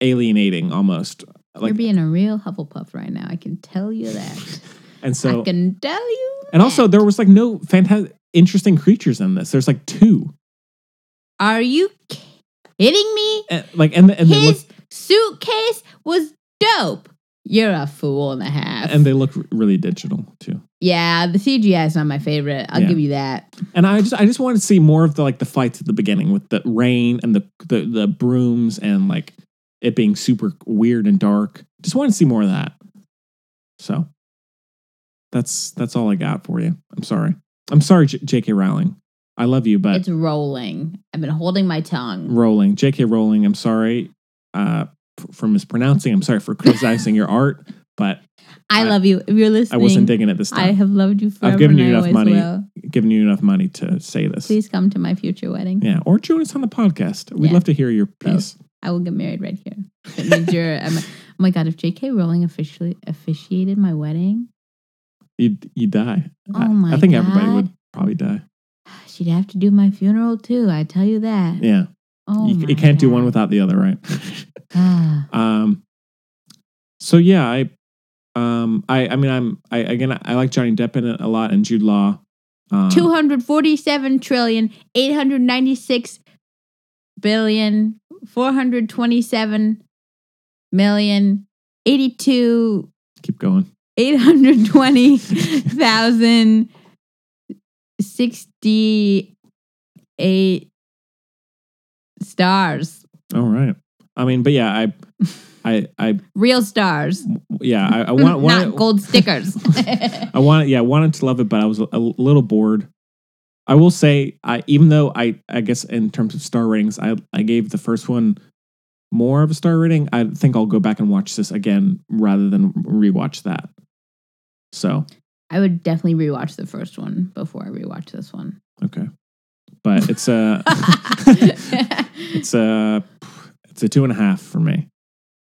alienating almost. Like You're being a real Hufflepuff right now. I can tell you that. and so I can tell you. and also that. there was like no fantastic interesting creatures in this. There's like two are you kidding me? and, like and and they look His suitcase was dope. You're a fool and a half. and they look really digital too. Yeah, the CGI is not my favorite. I'll Yeah. give you that. And I just I just wanted to see more of the like the fights at the beginning with the rain and the the, the brooms and like it being super weird and dark. Just wanted to see more of that. So that's that's all I got for you. I'm sorry. I'm sorry, J- J.K. Rowling. I love you, but it's rolling. I've been holding my tongue. Rowling, J.K. Rowling. I'm sorry uh, f- for mispronouncing. I'm sorry for criticizing your art, but I, I- love you. If you're I listening, wasn't digging it this I time. have loved you forever. given and you I enough always money. will. Giving you enough money to say this. Please come to my future wedding. Yeah, or join us on the podcast. We'd Yeah. love to hear your piece. I will get married right here. That means you're. I'm, oh my god! If J.K. Rowling officially officiated my wedding, You you die. Oh I- my I think everybody God. would probably die. she'd have to do my funeral too. I tell you that. Yeah, Oh, you, my you can't do God. one without the other, right? Ah, um, so yeah, I, um, I I mean I'm I again I like Johnny Depp in it a lot and Jude Law. Um, Two hundred forty-seven trillion eight hundred ninety-six billion four hundred twenty-seven million eighty-two Keep going. eight hundred twenty thousand sixty-eight stars, All right. I mean, but yeah, I, I, I, real stars, yeah, I, I want, not want gold stickers. I wanted, yeah, I wanted to love it, but I was a little bored. I will say, I even though I, I guess in terms of star ratings, I, I gave the first one more of a star rating. I think I'll go back and watch this again rather than rewatch that. So I would definitely rewatch the first one before I rewatch this one. okay, but it's a, it's a, it's a two and a half for me.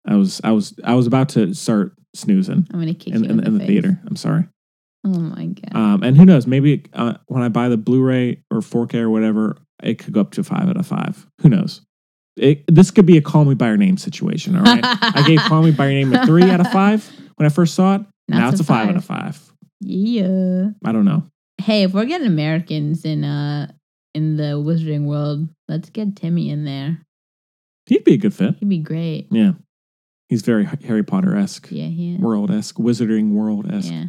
I was, I was, I was about to start snoozing I'm gonna kick in, you in, in the face. theater. I'm sorry. Oh my god! Um, and who knows? Maybe uh, when I buy the Blu-ray or 4K or whatever, it could go up to five out of five. Who knows? It, this could be a "Call Me by Your Name" situation. All right, I gave "Call Me by Your Name" a three out of five when I first saw it. Now now it's it's a a five, out five. of five. yeah. I don't know. Hey, if we're getting Americans in uh in the Wizarding world, let's get Timmy in there. He'd be a good fit. He'd be great. Yeah, he's very H- Harry Potter esque, Yeah, he is. world esque, wizarding world esque. Yeah.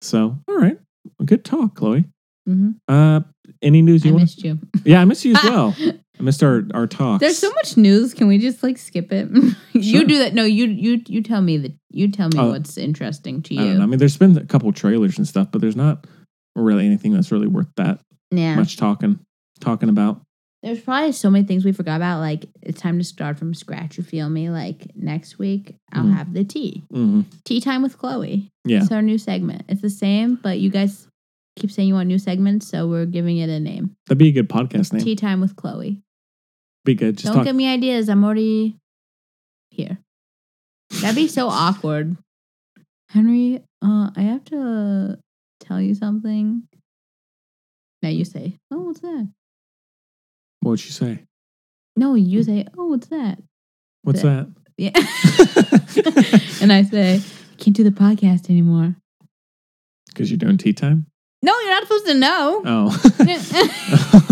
So, all right, Well, good talk, Chloe. hmm Uh, any news I you want? missed you. Yeah, I miss you as well. I missed our our talks. There's so much news. Can we just like skip it? Sure. you do that. No, you you you tell me that. You tell me Oh. what's interesting to I don't know. I you. mean, there's been a couple trailers and stuff, but there's not really anything that's really worth that Yeah. much talking. talking about. There's probably so many things we forgot about. Like it's time to start from scratch. You feel me? Like next week, I'll Mhm. have the tea. hmm Tea time with Chloe. Yeah. It's our new segment. It's the same, but you guys keep saying you want new segments, so we're giving it a name. That'd be a good podcast name. Tea time with Chloe. Be good. Just Don't talk. give me ideas. I'm already here. That'd be so awkward. Henry, uh, I have to tell you something. Now you say, "Oh, what's that?" what would you say? No, you say, "Oh, what's that?" What's That- that? Yeah. and I say, "Can't do the podcast anymore." Because you're doing tea time. No, you're not supposed to know.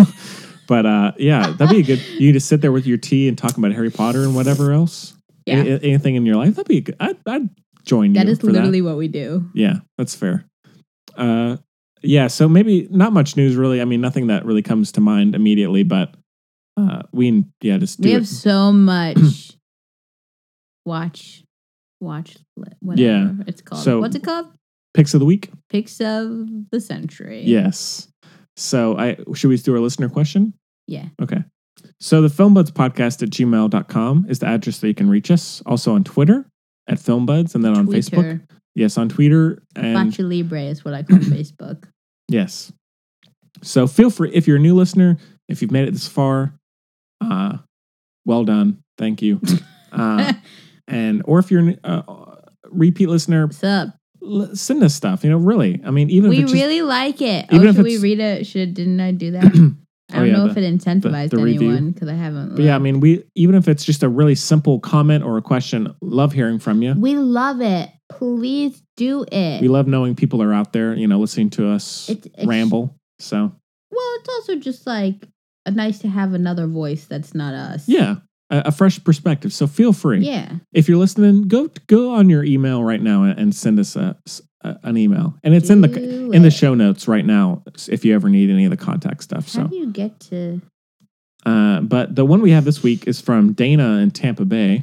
Oh. but uh, yeah, that'd be a good. You can just sit there with your tea and talk about Harry Potter and whatever else. Yeah. A- a- anything in your life that'd be a good. I'd, I'd join That you is for that. literally what we do. Yeah, that's fair. Uh, yeah, so maybe not much news really. I mean, nothing that really comes to mind immediately, but uh, we yeah just do we it. have so much watch, watch, li- whatever Yeah. it's called. So- What's it called? picks of the week. Picks of the century. Yes. So I should we do our listener question? Yeah. Okay. So the filmbuds podcast at gmail.com is the address that you can reach us. Also on Twitter at filmbuds and then on Facebook. Twitter. Yes, on Twitter and Facha Libre is what I call Facebook. Yes. So feel free if you're a new listener, if you've made it this far, uh, well done, thank you. Uh, and or if you're a uh, repeat listener, What's up? l- send us stuff. You know, really, I mean, even we if it's just really like it. even oh, if should we it's- read it? Should didn't I do that? I don't Oh, yeah, know the- if it incentivized the review. anyone because I haven't. But yeah, I looked. mean, we even if it's just a really simple comment or a question, love hearing from you. we love it. Please do it. We love knowing people are out there, you know, listening to us It's ex- ramble. So well, it's also just like uh, nice to have another voice that's not us. yeah, a, a fresh perspective. So feel free. Yeah. If you're listening, go go on your email right now and, and send us a, s- a- an email, and it's in the Do in the it. show notes right now if you ever need any of the contact stuff. How So, do you get to? uh, but the one we have this week is from Dana in Tampa Bay.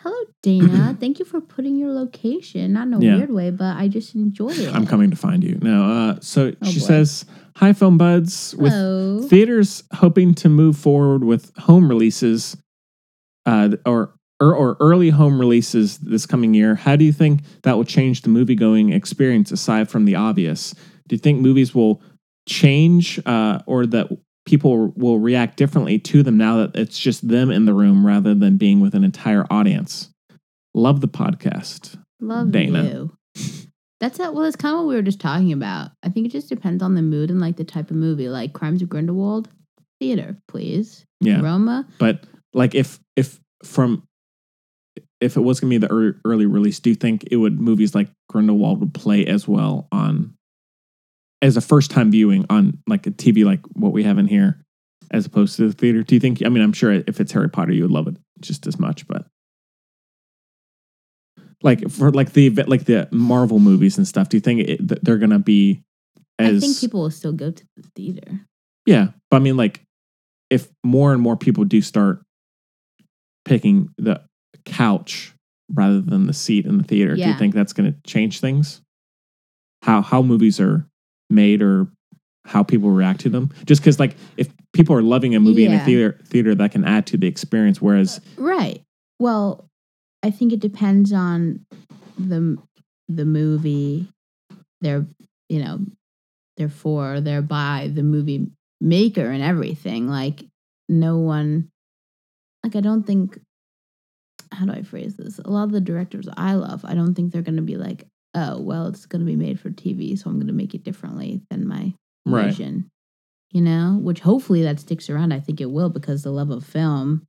Hello, Dana. Thank you for putting your location. Not in a Yeah. weird way, but I just enjoy it. I'm coming to find you. No, uh, so Oh, she boy. says, "Hi, film buds." With Hello. theaters hoping to move forward with home releases uh, or, or or early home releases this coming year how do you think that will change the movie going experience aside from the obvious do you think movies will change uh, or that people will react differently to them now that it's just them in the room rather than being with an entire audience love the podcast Love Dana. you. That's that. Well, that's kind of what we were just talking about. I think it just depends on the mood and like the type of movie. Like Crimes of Grindelwald, theater, please. yeah Roma, but like if if from if it was gonna be the ear- early release, do you think it would movies like Grindelwald would play as well on as a first time viewing on like a TV like what we have in here as opposed to the theater? Do you think? I mean, I'm sure if it's Harry Potter, you would love it just as much, but like for like the ev- like the Marvel movies and stuff, do you think it, that they're gonna be as I think people will still go to the theater. yeah, but I mean, like, if more and more people do start picking the couch rather than the seat in the theater, do you Yeah. think that's going to change things? How how movies are made or how people react to them? Just because, like, if people are loving a movie in a Yeah. theater, theater that can add to the experience, whereas Right. Well, I think it depends on the the movie, their you know, their for, their by, the movie maker and everything. Like no one, like I don't think. How do I phrase this? A lot of the directors I love, I don't think they're going to be like, oh, well, it's going to be made for TV, so I'm going to make it differently than my vision. You know, which hopefully that sticks around. I think it will because the love of film,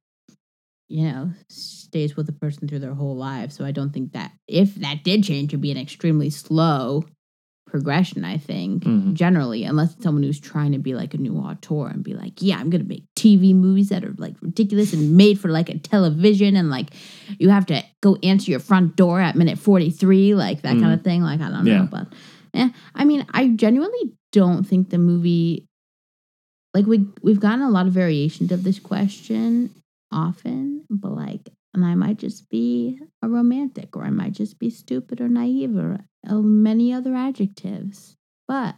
you know, stays with a person through their whole life. So I don't think that if that did change, it'd be an extremely slow progression, I think, Mhm. generally, unless it's someone who's trying to be like a new auteur and be like, yeah, I'm going to make TV movies that are like ridiculous and made for like a television and like you have to go answer your front door at minute 43, like that kind of thing. Like, I don't Yeah. know, but eh, I mean, I genuinely don't think the movie like we we've gotten a lot of variations of this question often, but like and I might just be a romantic or I might just be stupid or naive or uh, many other adjectives. But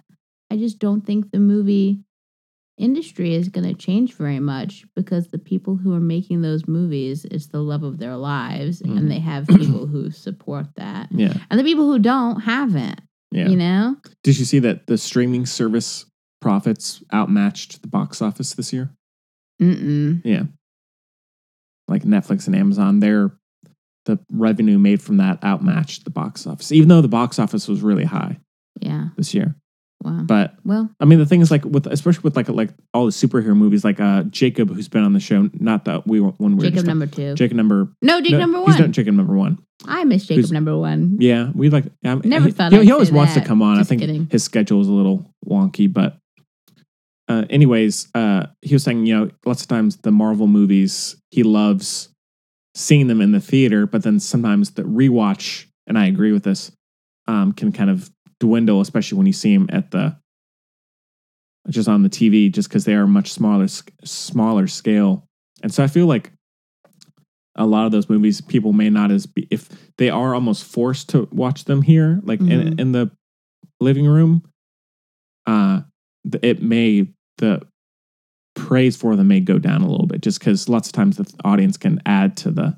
I just don't think the movie industry is going to change very much because the people who are making those movies it's the love of their lives Mhm. and they have people who support that Yeah. and the people who don't haven't Yeah. you know Did you see that the streaming service profits outmatched the box office this year? Mm-mm. Like Netflix and Amazon, their the revenue made from that outmatched the box office, even though the box office was really high yeah this year. wow But well I mean, the thing is, like with especially with like like all the superhero movies, like uh Jacob, who's been on the show, not that we were when we were jacob just- number two Jacob number no no, jacob number He's one not Jacob number one. i miss jacob who's- number one Yeah, we like. I'm, Mm-hmm. Never he, thought he, I'd he always say wants to that. come on. I Just think kidding. his schedule is a little wonky, but uh, anyways, uh, he was saying you know lots of times the Marvel movies he loves seeing them in the theater, but then sometimes the rewatch, and I agree with this, um, can kind of dwindle, especially when you see him at the just on the TV, just because they are much smaller sc- smaller scale, and so I feel like a lot of those movies people may not as be if they are almost forced to watch them here like in, Mhm. in the living room uh th- it may the praise for them may go down a little bit just because lots of times the audience can add to the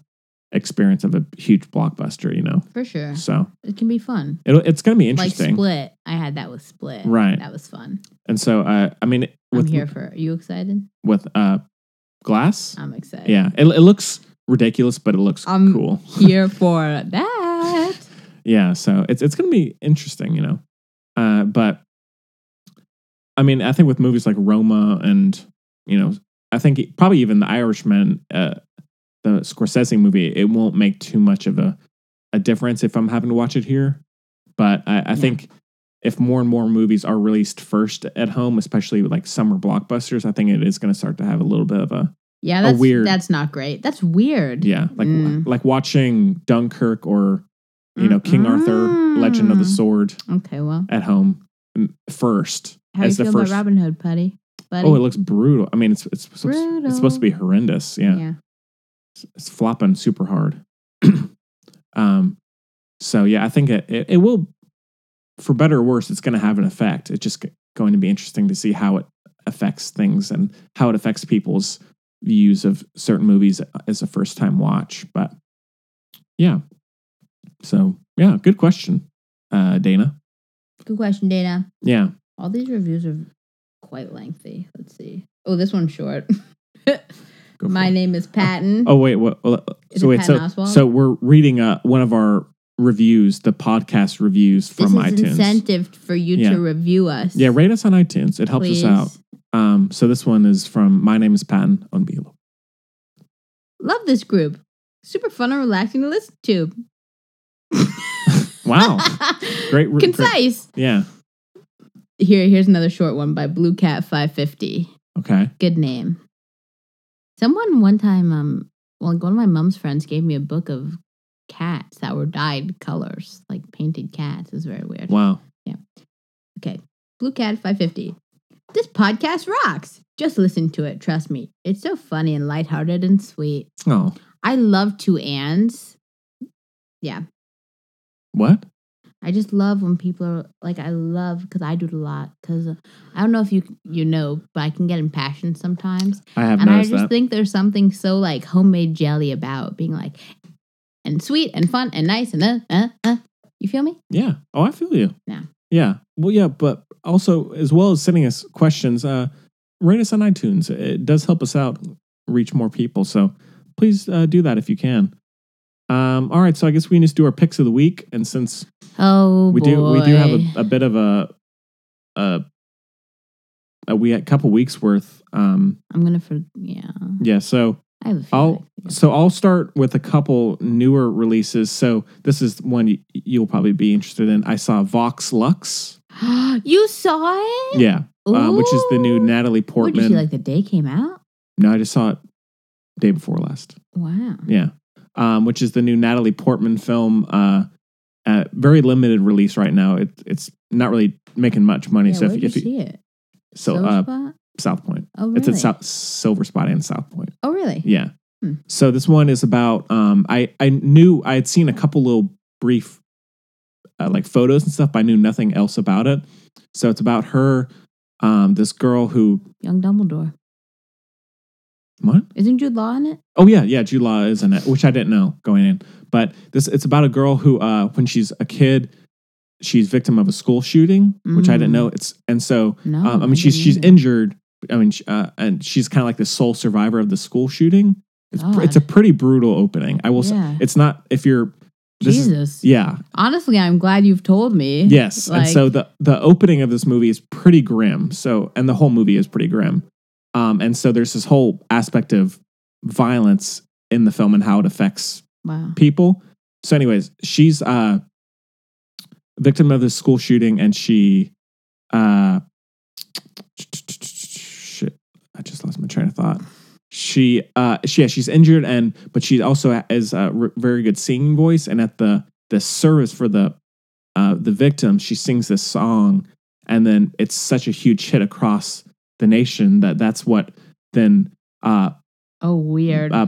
experience of a huge blockbuster you know for sure so it can be fun it'll, it's gonna be like interesting split i had that with split Right. that was fun and so uh, i mean i'm with here for are you excited with uh glass i'm excited yeah it, it looks ridiculous but it looks I'm cool here for that yeah so it's it's gonna be interesting you know uh but i mean i think with movies like roma and you know i think it- probably even the irishman uh the scorsese movie it won't make too much of a a difference if i'm having to watch it here but i, I Yeah. think if more and more movies are released first at home especially with like summer blockbusters i think it is going to start to have a little bit of a Yeah, that's weird- That's not great. That's weird. yeah like Mm. like watching dunkirk or you know king arthur legend of the Mm. sword Okay, well, at home m- first how do you as feel the first. about Robin Hood, Putty? Buddy? oh, it looks brutal. I mean, it's it's supposed- Brutal. it's supposed to be horrendous. Yeah, It's, it's flopping super hard. um, so yeah, I think it, it it will, for better or worse, it's going to have an effect. It's just g- going to be interesting to see how it affects things and how it affects people's views of certain movies as a first time watch. But yeah, so yeah, good question, uh, Dana. Good question, Dana. Yeah, All these reviews are quite lengthy. Let's see. Oh, this one's short. go for My it. name is Patton. Oh wait, what? Well, Is so it wait, Patton so Oswalt? so we're reading uh, one of our reviews, the podcast reviews this from is iTunes. incentive for you Yeah. to review us. Yeah, rate us on iTunes. It helps please. us out. Um, so this one is from my name is Patton on Beal. Love this group. Super fun and relaxing to listen to. Wow, Oh, great, re- great- concise. Yeah. Here, here's another short one by Blue Cat 550. Okay. Good name. Someone one time, um, well, like one of my mom's friends gave me a book of cats that were dyed colors, like painted cats. It was very weird. Wow. Okay. Blue Cat 550. This podcast rocks. Just listen to it. Trust me. It's so funny and lighthearted and sweet. Oh, I love two ands. Yeah. what? I just love when people are like, I love because I do it a lot. Because I don't know if you you know, but I can get impassioned sometimes. I have and I noticed just that. think there's something so like homemade jelly about being like, and sweet and fun and nice and uh, uh, uh. You feel me? yeah. Oh, I feel you. Yeah. Yeah. Well, yeah, but also as well as sending us questions, uh, rate us on iTunes. It does help us out reach more people. So please uh, do that if you can. Um, all right, so I guess we just do our picks of the week, and since Oh, we boy. do we do have a, a bit of a a, a we a couple weeks worth. Um, I'm gonna for yeah. yeah, so I have a few. I'll so I'll start with a couple newer releases. So this is one y- you'll probably be interested in. I saw Vox Lux, you saw it? yeah, uh, which is the new Ooh. Natalie What, did you Portman. see like the day came out? no, I just saw it day before last. Wow. Yeah. Um, which is the new Natalie Portman film. Uh, uh, very limited release right now. It, it's not really making much money. Yeah, so where if, did if you you, see it? so Silver uh, Spot? South Point. oh really? It's at South, Silver Spot and South Point. oh really? Yeah. Hmm. So this one is about. Um, I I knew I had seen a couple little brief, uh, like photos and stuff. But I knew nothing else about it. So it's about her um, this girl who Young Dumbledore. what? Isn't Jude Law in it? Oh yeah, yeah, Jude Law is in it, which I didn't know going in. But this it's about a girl who uh when she's a kid, she's victim of a school shooting, which I didn't Mm. Oh, know. It's and so No. um, I mean didn't she's she's either. injured. I mean sh- uh, and she's kind of like the sole survivor of the school shooting. It's pr- it's a God. pretty brutal opening. I will Yeah. say it's not if you're this is- Jesus. yeah, Honestly, I'm glad you've told me. yes. and Like, so the the opening of this movie is pretty grim. So and the whole movie is pretty grim. Um and so there's this whole aspect of violence in the film and how it affects wow. people. So, anyways, she's uh, a victim of this school shooting, and she, uh, shit, I just lost my train of thought. She, uh, she, yeah, she's injured, and but she also has a r- very good singing voice, and at the the service for the uh, the victim, she sings this song, and then it's such a huge hit across the nation that that's what then uh, Oh, weird. uh,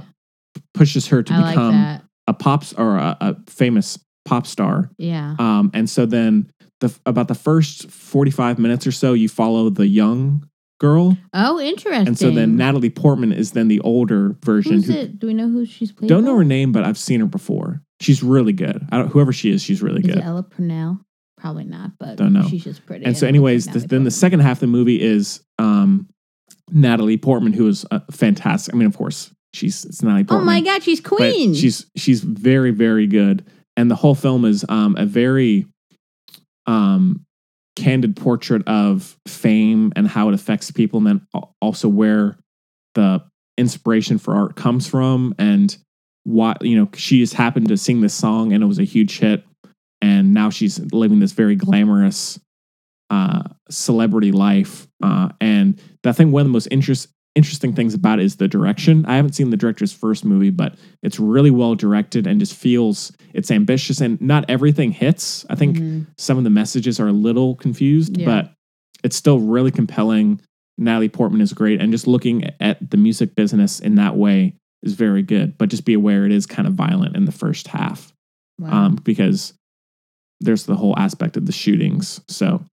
pushes her to I like become that. a pop s- or a, a famous pop star. Yeah. Um, and so then the f- about the first 45 minutes or so, you follow the young girl. Oh, interesting. And so then Natalie Portman is then the older version. Who's Who, it? Do we know who she's playing? don't know her name, but I've seen her before. She's really good. I don't, whoever she is, she's really Is good. it Ella Purnell? Probably not, but Don't know. she's just pretty. and so, it looks like anyways, the, Natalie then the Portman. second half of the movie is um, Natalie Portman, who is uh, fantastic. I mean, of course, she's it's Natalie Oh Portman. my God, she's but queen. she's she's very very good, and the whole film is um, a very um, candid portrait of fame and how it affects people, and then al- also where the inspiration for art comes from, and what you know she just happened to sing this song, and it was a huge hit, and now she's living this very glamorous uh, celebrity life, uh, and I think one of the most interest, interesting things about it is the direction. I haven't seen the director's first movie, but it's really well directed and just feels it's ambitious and not everything hits. I think Mhm. some of the messages are a little confused, Yeah. but it's still really compelling. Natalie Portman is great, and just looking at the music business in that way is very good. But just be aware it is kind of violent in the first half Wow. um, because there's the whole aspect of the shootings. So,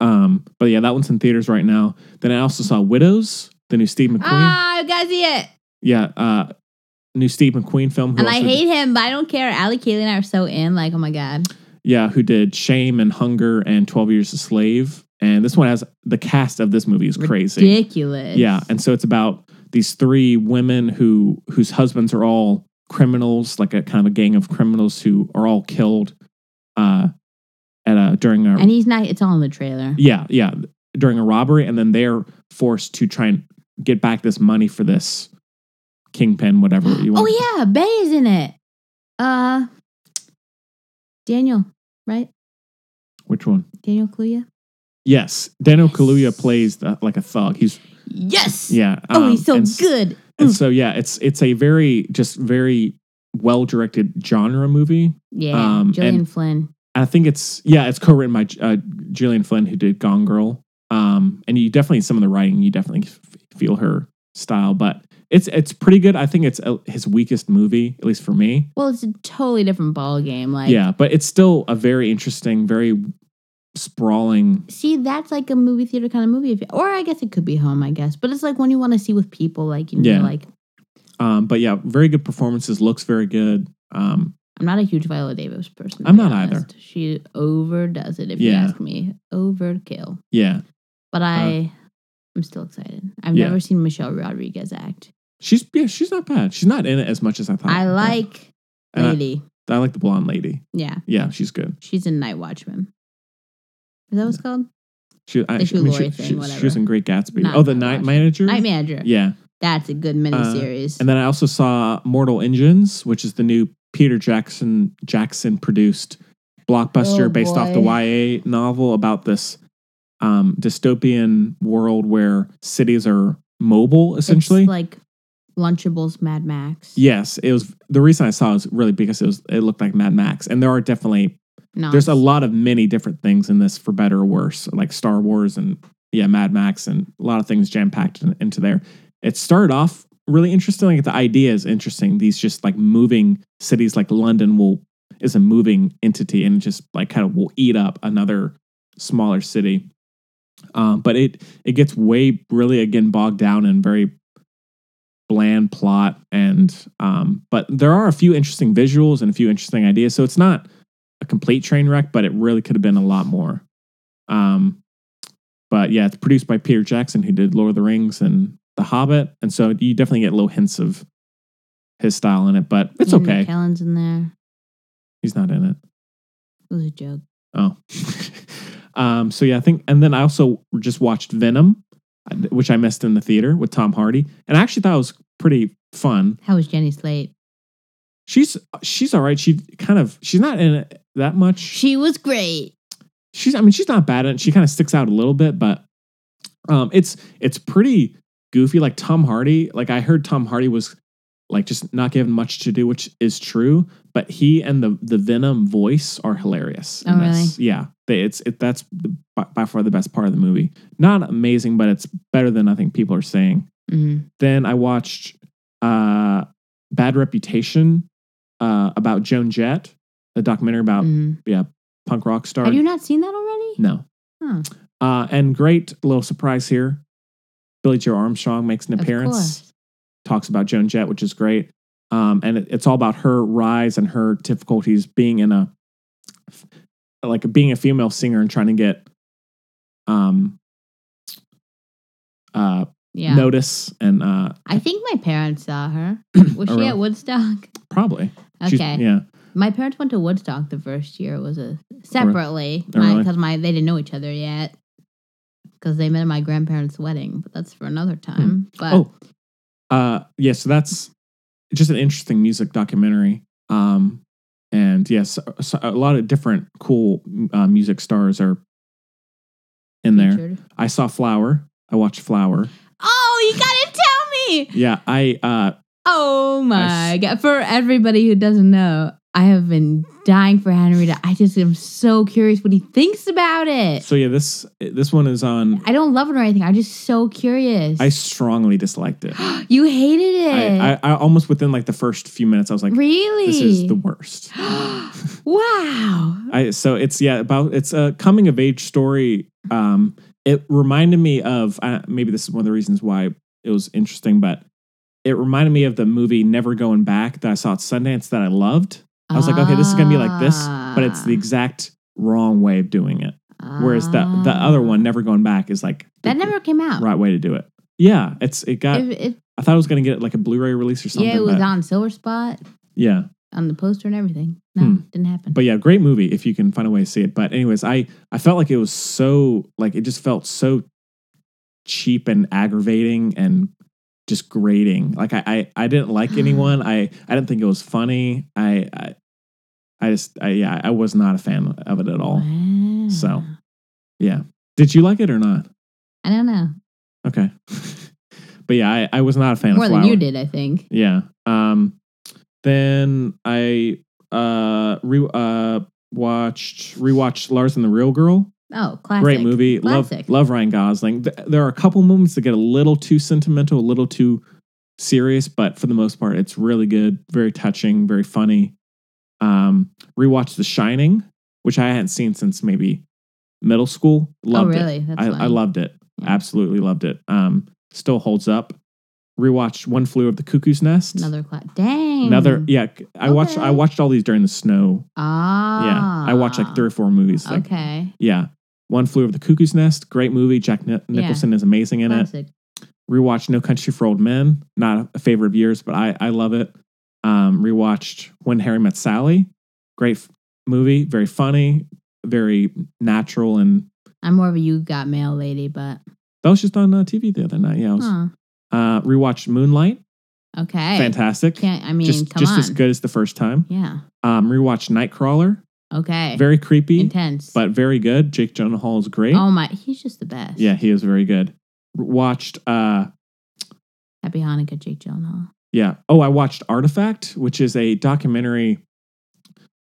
um, but yeah, that one's in theaters right now. Then I also saw Widows, the new Steve McQueen. ah, you guys see it. Yeah, uh, new Steve McQueen film. who And I also did- hate him, but I don't care. Ali Kaylee and I are so in. Like, oh my God. yeah, who did Shame and Hunger and Twelve Years a Slave. And this one has the cast of this movie is crazy. Ridiculous. Yeah, and so it's about these three women who whose husbands are all criminals, like a kind of a gang of criminals who are all killed uh, at a during a And he's not, it's all in the trailer. Yeah, yeah. During a robbery, and then they're forced to try and get back this money for this kingpin, whatever you want. Oh, yeah. Bay is in it. Uh, Daniel, right? Which one? Daniel Kaluuya? Yes, Daniel Yes. Kaluuya plays the, like a thug. He's Yes. yeah. Oh, um, he's so and s- good. And so yeah, it's it's a very just very well directed genre movie. Yeah. um, Gillian and- Flynn. I think it's yeah, it's co-written by uh, Gillian Flynn, who did Gone Girl. Um, and you definitely some of the writing, you definitely f- feel her style, but it's it's pretty good. I think it's uh, his weakest movie, at least for me. Well, it's a totally different ball game. Like, yeah, but it's still a very interesting, very sprawling. See, that's like a movie theater kind of movie, if or I guess it could be home. I guess, but it's like one you want to see with people. Like, you know, Yeah. like Um, but yeah, very good performances. Looks very good. Um, I'm not a huge Viola Davis person. to I'm be not either. honest. She overdoes it, if you Yeah. ask me. Overkill. yeah, But I, I'm still excited. I've yeah. never seen Michelle Rodriguez act. she's yeah, she's not bad. She's not in it as much as I thought. I like Oh, And I- Lady. I like the blonde lady. yeah, Yeah, she's good. she's in Night Watchman. Is that what it's called? She, I, The Hugh I mean, Laurie she, thing, she, she whatever. was in Great Gatsby. Not oh, the that night much. manager. Night Manager. Yeah. Uh, That's a good miniseries. And then I also saw Mortal Engines, which is the new Peter Jackson Jackson produced blockbuster Oh, based off the YA novel about this um, dystopian world where cities are mobile essentially. It's like Lunchables, Mad Max. yes, it was the reason I saw it was really because it was it looked like Mad Max and there are definitely No, there's a it's- lot of many different things in this for better or worse, like Star Wars and yeah, Mad Max and a lot of things jam packed in, into there. It started off really interesting. Like the idea is interesting. These just like moving cities, like London will is a moving entity and just like kind of will eat up another smaller city. Um, but it it gets way really again bogged down in very bland plot and um, but there are a few interesting visuals and a few interesting ideas. So it's not a complete train wreck, but it really could have been a lot more. Um, but yeah, it's produced by Peter Jackson, who did Lord of the Rings and The Hobbit, and so you definitely get little hints of his style in it. But it's Ian okay; McKellen's in there. he's not in it. It was a joke. Oh. um, so yeah, I think, and then I also just watched Venom, which I missed in the theater with Tom Hardy, and I actually thought it was pretty fun. How was Jenny Slate? She's she's all right. She kind of she's not in it that much. She was great. she's I mean she's not bad at it. She kind of sticks out a little bit, but um, it's it's pretty goofy. Like Tom Hardy, like I heard Tom Hardy was like just not given much to do, which is true. But he and the the Venom voice are hilarious. in Oh, this. Yeah, they, it's it that's the- by, by far the best part of the movie. Not amazing, but it's better than I think people are saying. Mm. Then I watched uh, Bad Reputation uh, about Joan Jett, a documentary about Mm. punk rock star. Have you not seen that already? Oh, no. Huh. Uh, and great little surprise here. Billy Joe Armstrong makes an Of appearance, course. talks about Joan Jett, which is great. Um, and it- it's all about her rise and her difficulties being in a, like being a female singer and trying to get, um, uh, Yeah. notice and, uh, I think my parents saw her. Was Oh, she really? at Woodstock? probably. She's- Okay. yeah. My parents went to Woodstock the first year. It was a separately Oh, really? because my they didn't know each other yet because they met at my grandparents' wedding. But that's for another time. But Oh, uh, yeah. So that's just an interesting music documentary. Um, and yes, so, so a lot of different cool uh, music stars are in there. featured. I saw Flower. I watched Flower. Oh, you gotta tell me! Yeah, I uh, Oh my Nice. god! For everybody who doesn't know, I have been dying for Henry. To, I just am so curious what he thinks about it. so yeah this this one is on. I don't love it or anything. I'm just so curious. I strongly disliked it. you hated it. I, I, I almost within like the first few minutes, I was like, really? "This is the worst." wow. I so it's yeah about it's a coming of age story. Um, it reminded me of uh, maybe this is one of the reasons why it was interesting, but it reminded me of the movie Never Going Back that I saw at Sundance that I loved. I was like, okay, this is gonna be like this, but it's Ah. the exact wrong way of doing it. Whereas the the other one, Never Going Back, is like Ah. that the never came out. right way to do it. Yeah, it's it got. It, it, I thought I was gonna get like a Blu-ray release or something. yeah, it was but, on Silver Spot yeah. on the poster and everything. No, Hmm. didn't happen. but yeah, great movie if you can find a way to see it. But anyways, I I felt like it was so like it just felt so cheap and aggravating and just grating. Like I I, I didn't like Hmm. anyone. I I didn't think it was funny. I I, I just I, yeah I was not a fan of it at all. Wow. So. Yeah. Did you like it or not? I don't know Okay. but yeah, I, I was not a fan more of Flower. than you did. I think. Yeah. Um, then I uh re uh watched rewatched Lars and the Real Girl. Oh, classic. Great movie. Classic. Love love Ryan Gosling. Th- there are a couple moments that get a little too sentimental, a little too serious, but for the most part, it's really good. Very touching. Very funny. Um, rewatched The Shining, which I hadn't seen since maybe middle school. Loved oh, it. really? That's I, I funny. loved it. Yeah. Absolutely loved it. Um, still holds up. Rewatched One Flew of the Cuckoo's Nest. another class. Dang. Another- yeah. c- I watched I Okay. watched all these during the snow. Ah. Yeah, I watched like three or four movies. Like, Okay. yeah, One Flew Over the Cuckoo's Nest. Great movie. Jack Ni- Nicholson is amazing in it. classic. Rewatched No Country for Old Men. Not a favorite of yours, but I I love it. Um, rewatched When Harry Met Sally. Great f- movie. Very funny. Very natural and. I'm more of a you got mail lady, but That was just on uh, TV the other night. Yeah, I was huh. uh, rewatched Moonlight. okay. Fantastic. Can't I mean just come just on. as good as the first time. Yeah. Um, rewatched Nightcrawler. Okay. Very creepy, intense. but very good. Jake Gyllenhaal is great. oh my, he's just the best. yeah, he is very good. Watched. Uh, Happy Hanukkah, Jake Gyllenhaal. yeah. Oh, I watched Artifact, which is a documentary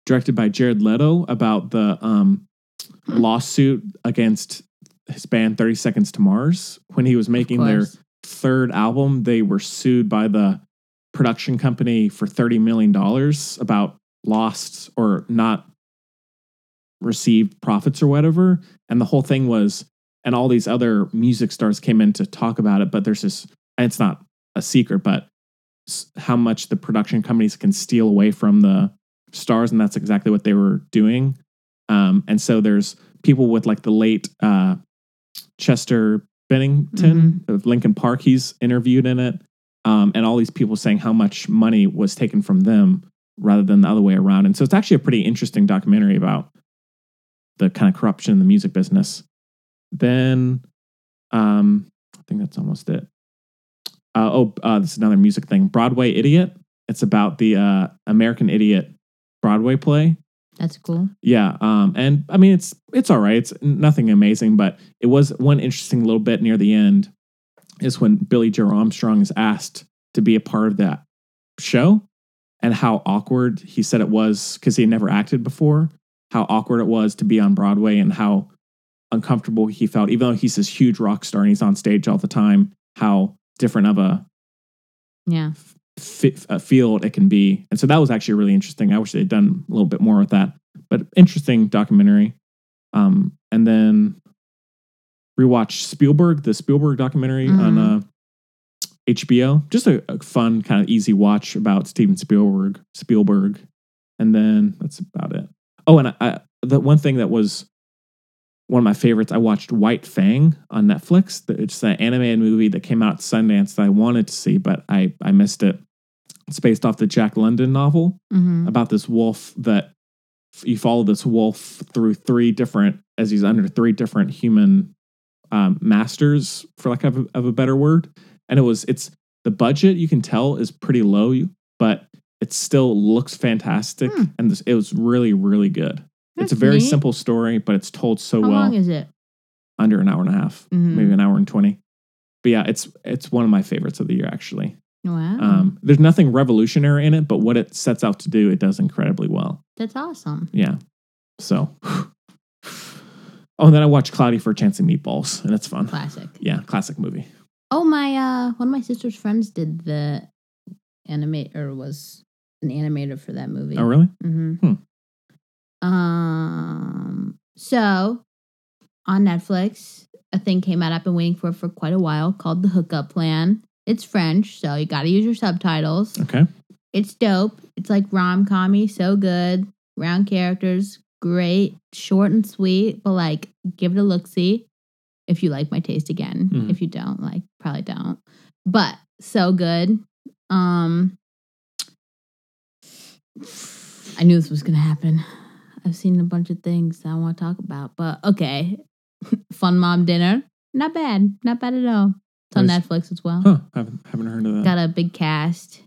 directed by Jared Leto about the um, Hmm. lawsuit against his band Thirty Seconds to Mars when he was making of their course. third album, they were sued by the production company for $30 million about lost or not received profits or whatever. And the whole thing was and all these other music stars came in to talk about it. But there's this, and it's not a secret, but s- how much the production companies can steal away from the stars, and that's exactly what they were doing. Um, and so there's people with like the late uh, Chester Bennington of Lincoln Park. He's interviewed in it, um, and all these people saying how much money was taken from them rather than the other way around. And so it's actually a pretty interesting documentary about the kind of corruption in the music business. Then, um, I think that's almost it. Uh, oh, uh, this is another music thing. Broadway Idiot. It's about the uh, American Idiot Broadway play. That's cool. Yeah, um, and I mean it's it's all right. It's nothing amazing, but it was one interesting little bit near the end is when Billy Joe Armstrong is asked to be a part of that show, and how awkward he said it was because he had never acted before. How awkward it was to be on Broadway, and how uncomfortable he felt, even though he's this huge rock star and he's on stage all the time. How different of a Yeah. fi- uh, field it can be. And so that was actually really interesting. I wish they'd done a little bit more with that, but interesting documentary. Um, and then rewatch Spielberg, the Spielberg documentary on uh, HBO. Just a, a fun, kind of easy watch about Steven Spielberg. Spielberg, and then that's about it. Oh, and I, I, the one thing that was one of my favorites, I watched White Fang on Netflix. The- It's an animated movie that came out at Sundance that I wanted to see, but I, I missed it. It's based off the Jack London novel Mm-hmm. about this wolf that f- you follow this wolf through three different, as he's under three different human um, masters, for lack of a, of a better word. And it was, it's the budget you can tell is pretty low, but it still looks fantastic. Hmm. And this, it was really, really good. it's a That's very neat. simple story, but it's told so How well long is it? under an hour and a half, Mhm. maybe an hour and twenty. But yeah, it's it's one of my favorites of the year actually. Wow. Um, there's nothing revolutionary in it, but what it sets out to do, it does incredibly well. That's awesome. Yeah. So. Oh, and then I watched Cloudy for a Chance of Meatballs, and it's fun. Classic. Yeah, classic movie. Oh, my uh one of my sister's friends did the animate or was an animator for that movie. Oh, really? Hmm. hmm Um so on Netflix, a thing came out I've been waiting for for quite a while called The Hookup Plan. It's French, so you got to use your subtitles. Okay. It's dope. It's like rom commy, so good. Round characters, great, short and sweet, but like give it a look see if you like my taste again. Mhm. If you don't, like probably don't. But so good. Um I knew this was gonna happen. I've seen a bunch of things that I want to talk about, but okay. Fun mom dinner. Not bad. Not bad at all. It's on Nice. Netflix as well. Huh? Haven't haven't heard of that. Got a big cast: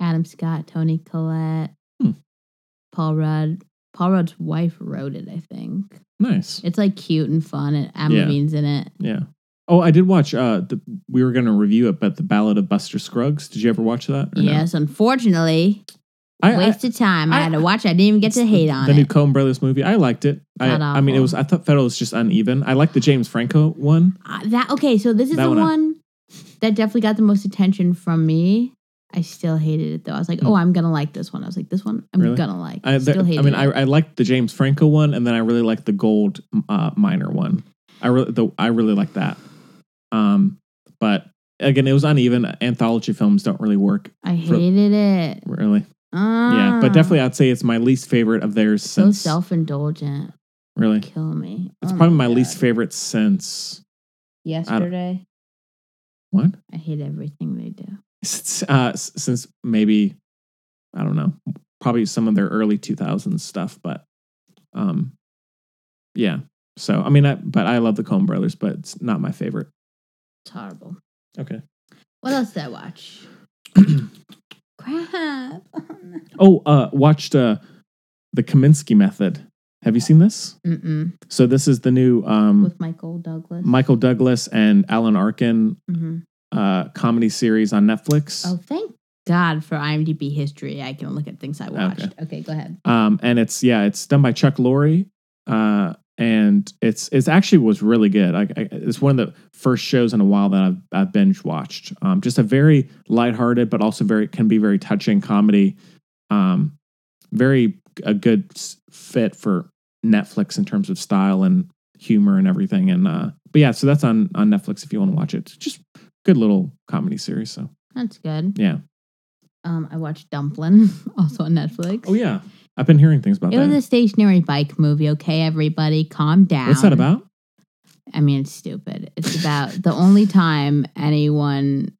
Adam Scott, Tony Collette, Hmm. Paul Rudd. Paul Rudd's wife wrote it, I think. Nice. It's like cute and fun, and Adam Yeah. Levine's in it. Yeah. Oh, I did watch. Uh, the, we were going to review it, but the Ballad of Buster Scruggs. Did you ever watch that? or no? Yes, unfortunately, I, I- wasted time. I, I- had to watch. it. I didn't even get to It's hate the, on the new it. Coen Brothers movie. I liked it. I, Not I mean, it awful. was. I thought Federal was just uneven. I liked the James Franco one. Uh, that okay? So this is That the one I- one that definitely got the most attention from me. I still hated it though. I was like, oh, I'm gonna like this one. I was like, this one I'm Hmm. Really? gonna like. I, the- still hated I mean, it. I, I liked the James Franco one, and then I really liked the Gold uh, Miner one. I really, the, I really liked that. Um, but again, it was uneven. Anthology films don't really work, I hated it. really. Yeah, but Ah, definitely, I'd say it's my least favorite of theirs so since self indulgent. really. Kill me. It's Oh probably my least God. favorite since yesterday. what? I, hate everything they do. since, uh, s- since maybe I don't know, probably some of their early 2000s stuff, but um, yeah. So I mean, I but I love the Coen Brothers, but it's not my favorite. It's horrible. Okay. What else did I watch? Crap. Oh, uh, watched uh, the Kaminsky Method. Have you seen this? Mm-mm. So this is the new um, With Michael Douglas. Michael Douglas and Alan Arkin hmm uh, comedy series on Netflix. Oh, thank God for IMDb history. I can look at things I watched. Okay, go ahead. Um, and it's yeah, it's done by Chuck Lorre. Uh, and it's it's actually was really good. I, I, it's one of the first shows in a while that I've I've binge watched. Um, just a very lighthearted, but also very can be very touching comedy. Um, very a good s- fit for Netflix in terms of style and humor and everything. And uh, but yeah, so that's on on Netflix if you want to watch it. It's just good little comedy series. So That's good. yeah. Um, I watched Dumplin, also on Netflix. Oh yeah, I've been hearing things about It that. was a stationary bike movie. Okay, everybody, calm down. What's that about? I mean, it's stupid. It's about the only time anyone.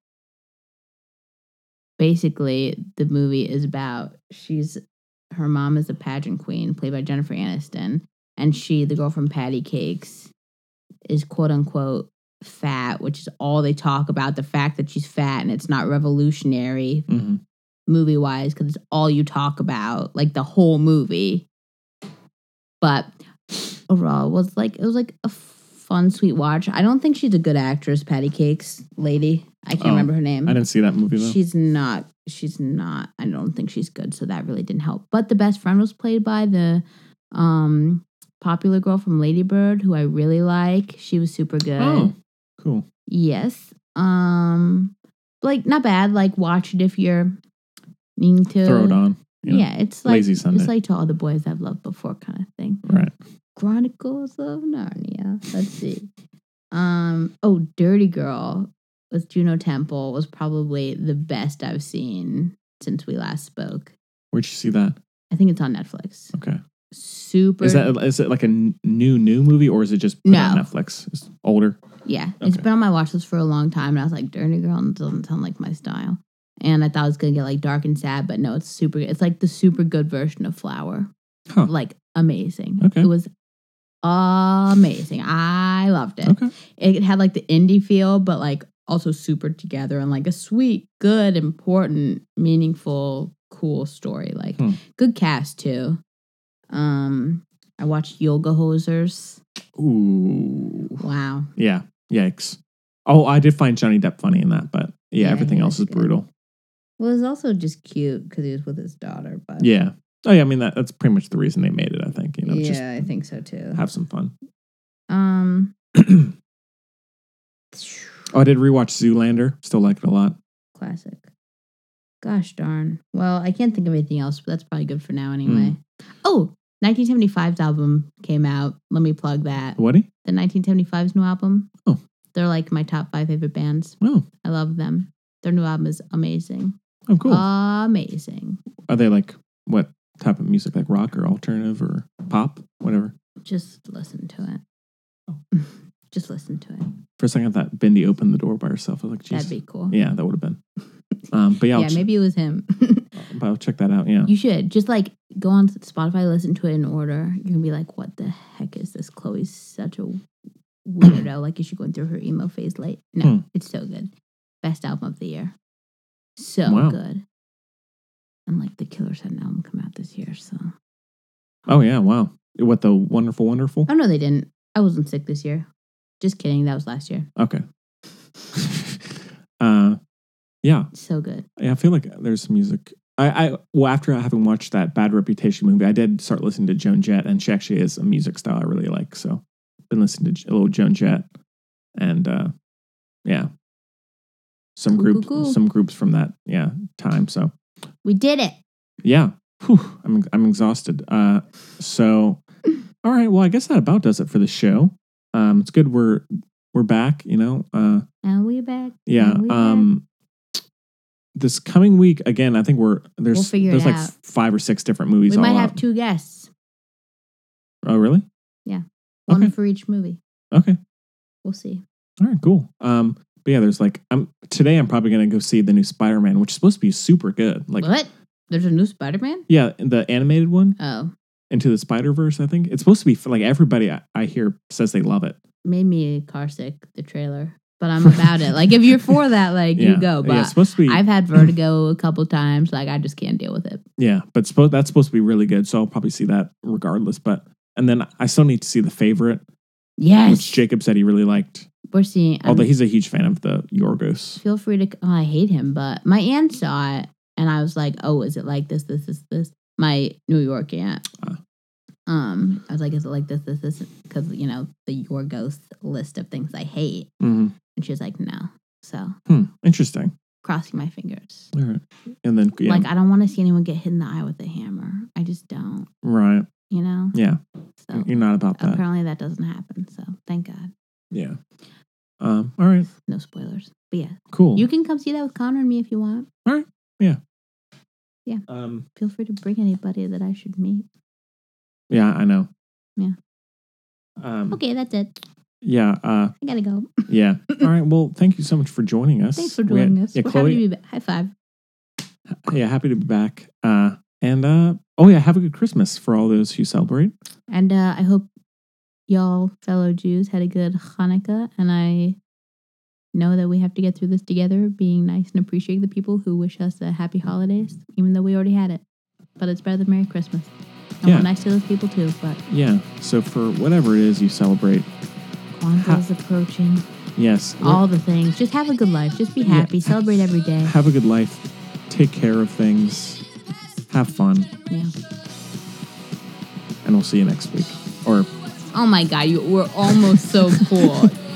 Basically, the movie is about she's her mom is a pageant queen, played by Jennifer Aniston, and she, the girl from Patty Cakes, is quote unquote fat, which is all they talk about the fact that she's fat and it's not revolutionary Mm-hmm. movie wise because it's all you talk about, like the whole movie. But overall, it was like it was like a fun, sweet watch. I don't think she's a good actress, Patty Cakes lady. I can't Oh, remember her name. I didn't see that movie though. She's not. She's not. I don't think she's good. So that really didn't help. But the best friend was played by the um popular girl from Ladybird, who I really like. She was super good. oh, cool. Yes. Um like not bad. Like watch it if you're needing to Throw it on. you know. Yeah, it's like Lazy Sunday. it's like to all the boys I've loved before kind of thing. Right. Chronicles of Narnia. Let's see. Um oh Dirty Girl with Juno Temple was probably the best I've seen since we last spoke. Where'd you see that? I think it's on Netflix. Okay. Super Is that is it like a n- new new movie or is it just put No. on Netflix? It's older. Yeah, it's Okay. been on my watch list for a long time, and I was like, "Dirty Girl" doesn't sound like my style. And I thought it was gonna get like dark and sad, but no, it's super. It's like the super good version of Flower, Huh. like amazing. Okay. It was amazing. I loved it. Okay. It had like the indie feel, but like also super together and like a sweet, good, important, meaningful, cool story. Like Hmm. good cast too. Um, I watched Yoga Hosers. Ooh. Wow. Yeah. Yikes. Oh, I did find Johnny Depp funny in that, but yeah, Yeah, everything he else was is good. brutal. Well, it's also just cute because he was with his daughter. But Yeah. Oh yeah, I mean that, that's pretty much the reason they made it, I think. You know, just yeah, I think so too. have some fun. Um, Oh, I did rewatch Zoolander. Still like it a lot. classic. Gosh darn. Well, I can't think of anything else, but that's probably good for now anyway. Hmm. Oh, 1975's album came out. Let me plug that. Woody? The 1975's new album. Oh. They're like my top five favorite bands. Oh, I love them. Their new album is amazing. oh cool. Um, Amazing. Are they like what type of music? Like rock or alternative or pop? Whatever. Just listen to it. Oh. Just listen to it. For a second I thought Bindi opened the door by herself. I was like, That'd jeez. be cool. Yeah, that would have been. Um, but yeah, I'll yeah maybe it was him. But I'll check that out. Yeah. You should just like go on Spotify, listen to it in order. You're gonna be like, "What the heck is this?" Chloe's such a weirdo. like, is she going through her emo phase late? No, Hmm. it's so good. Best album of the year. So Wow. good. And like the Killers had an album come out this year. So oh yeah. Wow. What the wonderful, wonderful. oh no, they didn't. I wasn't sick this year. Just kidding. That was last year. Okay. uh, yeah. So good. Yeah. I feel like there's some music. I, I well after having watched that Bad Reputation movie, I did start listening to Joan Jett, and she actually is a music style I really like. So been listening to a little Joan Jett, and uh, yeah, some Cool, groups, cool, cool. some groups from that yeah time. So We did it. Yeah. Whew, I'm I'm exhausted. Uh, so, all right. Well, I guess that about does it for the show. Um, it's good we're we're back. You know. Uh, And we're back. yeah. And we're Um, this coming week again. I think we're there's We'll figure it there's like out. five or six different movies. we might all have out. two guests, Oh, really? one Okay. for each movie. Okay. We'll see. All right. Cool. Um, but yeah, there's like I'm today. I'm probably gonna go see the new Spider-Man, which is supposed to be super good. Like, what? There's a new Spider-Man. yeah, the animated one Oh. into the Spider Verse. I think it's supposed to be for, like everybody I, I hear says they love it. made me car sick the trailer but i'm about it like if you're for that like yeah. you go but yeah, it's supposed to be. i've had vertigo a couple times like i just can't deal with it Yeah, but suppo- that's supposed to be really good, so I'll probably see that regardless. But and then I still need to see the favorite, yes Um, which Oh, Jacob said he really liked. we're seeing I'm- Although he's a huge fan of the Yorgos. feel free to oh, i hate him but my aunt saw it and i was like oh is it like this this this this my new york aunt Ah. um i was like is it like this this this because you know the yorgos list of things i hate hmm and she was like no so Hmm. Interesting. crossing my fingers All right. And then yeah, like i don't want to see anyone get hit in the eye with a hammer i just don't right. you know Mm, Yeah. So You're not about that. Apparently that doesn't happen. So thank God. Yeah. Um, all right. No spoilers. But yeah, Cool. You can come see that with Connor and me if you want. um, feel free to bring anybody that I should meet. yeah, I know. Yeah. Um, Okay, that's it. Yeah. Uh, I gotta go. yeah. All right. Well, thank you so much for joining us. Thanks for We- joining us. Yeah, We're Chloe. happy to be back. High five. yeah, happy to be back. Uh, and uh, oh yeah, have a good Christmas for all those who celebrate. And uh, I hope y'all, fellow Jews, had a good Hanukkah. And I know that we have to get through this together, being nice and appreciating the people who wish us a happy holidays, even though we already had it. But it's better than Merry Christmas. And Yeah. we're nice to those people too. But Yeah. So for whatever it is you celebrate, Kwanzaa is approaching. yes, All the things. Just have a good life. Just be happy. Celebrate every day. have a good life. Take care of things. Have fun, Yeah. and we'll see you next week. Or Oh my God, you were almost so cool. Oh,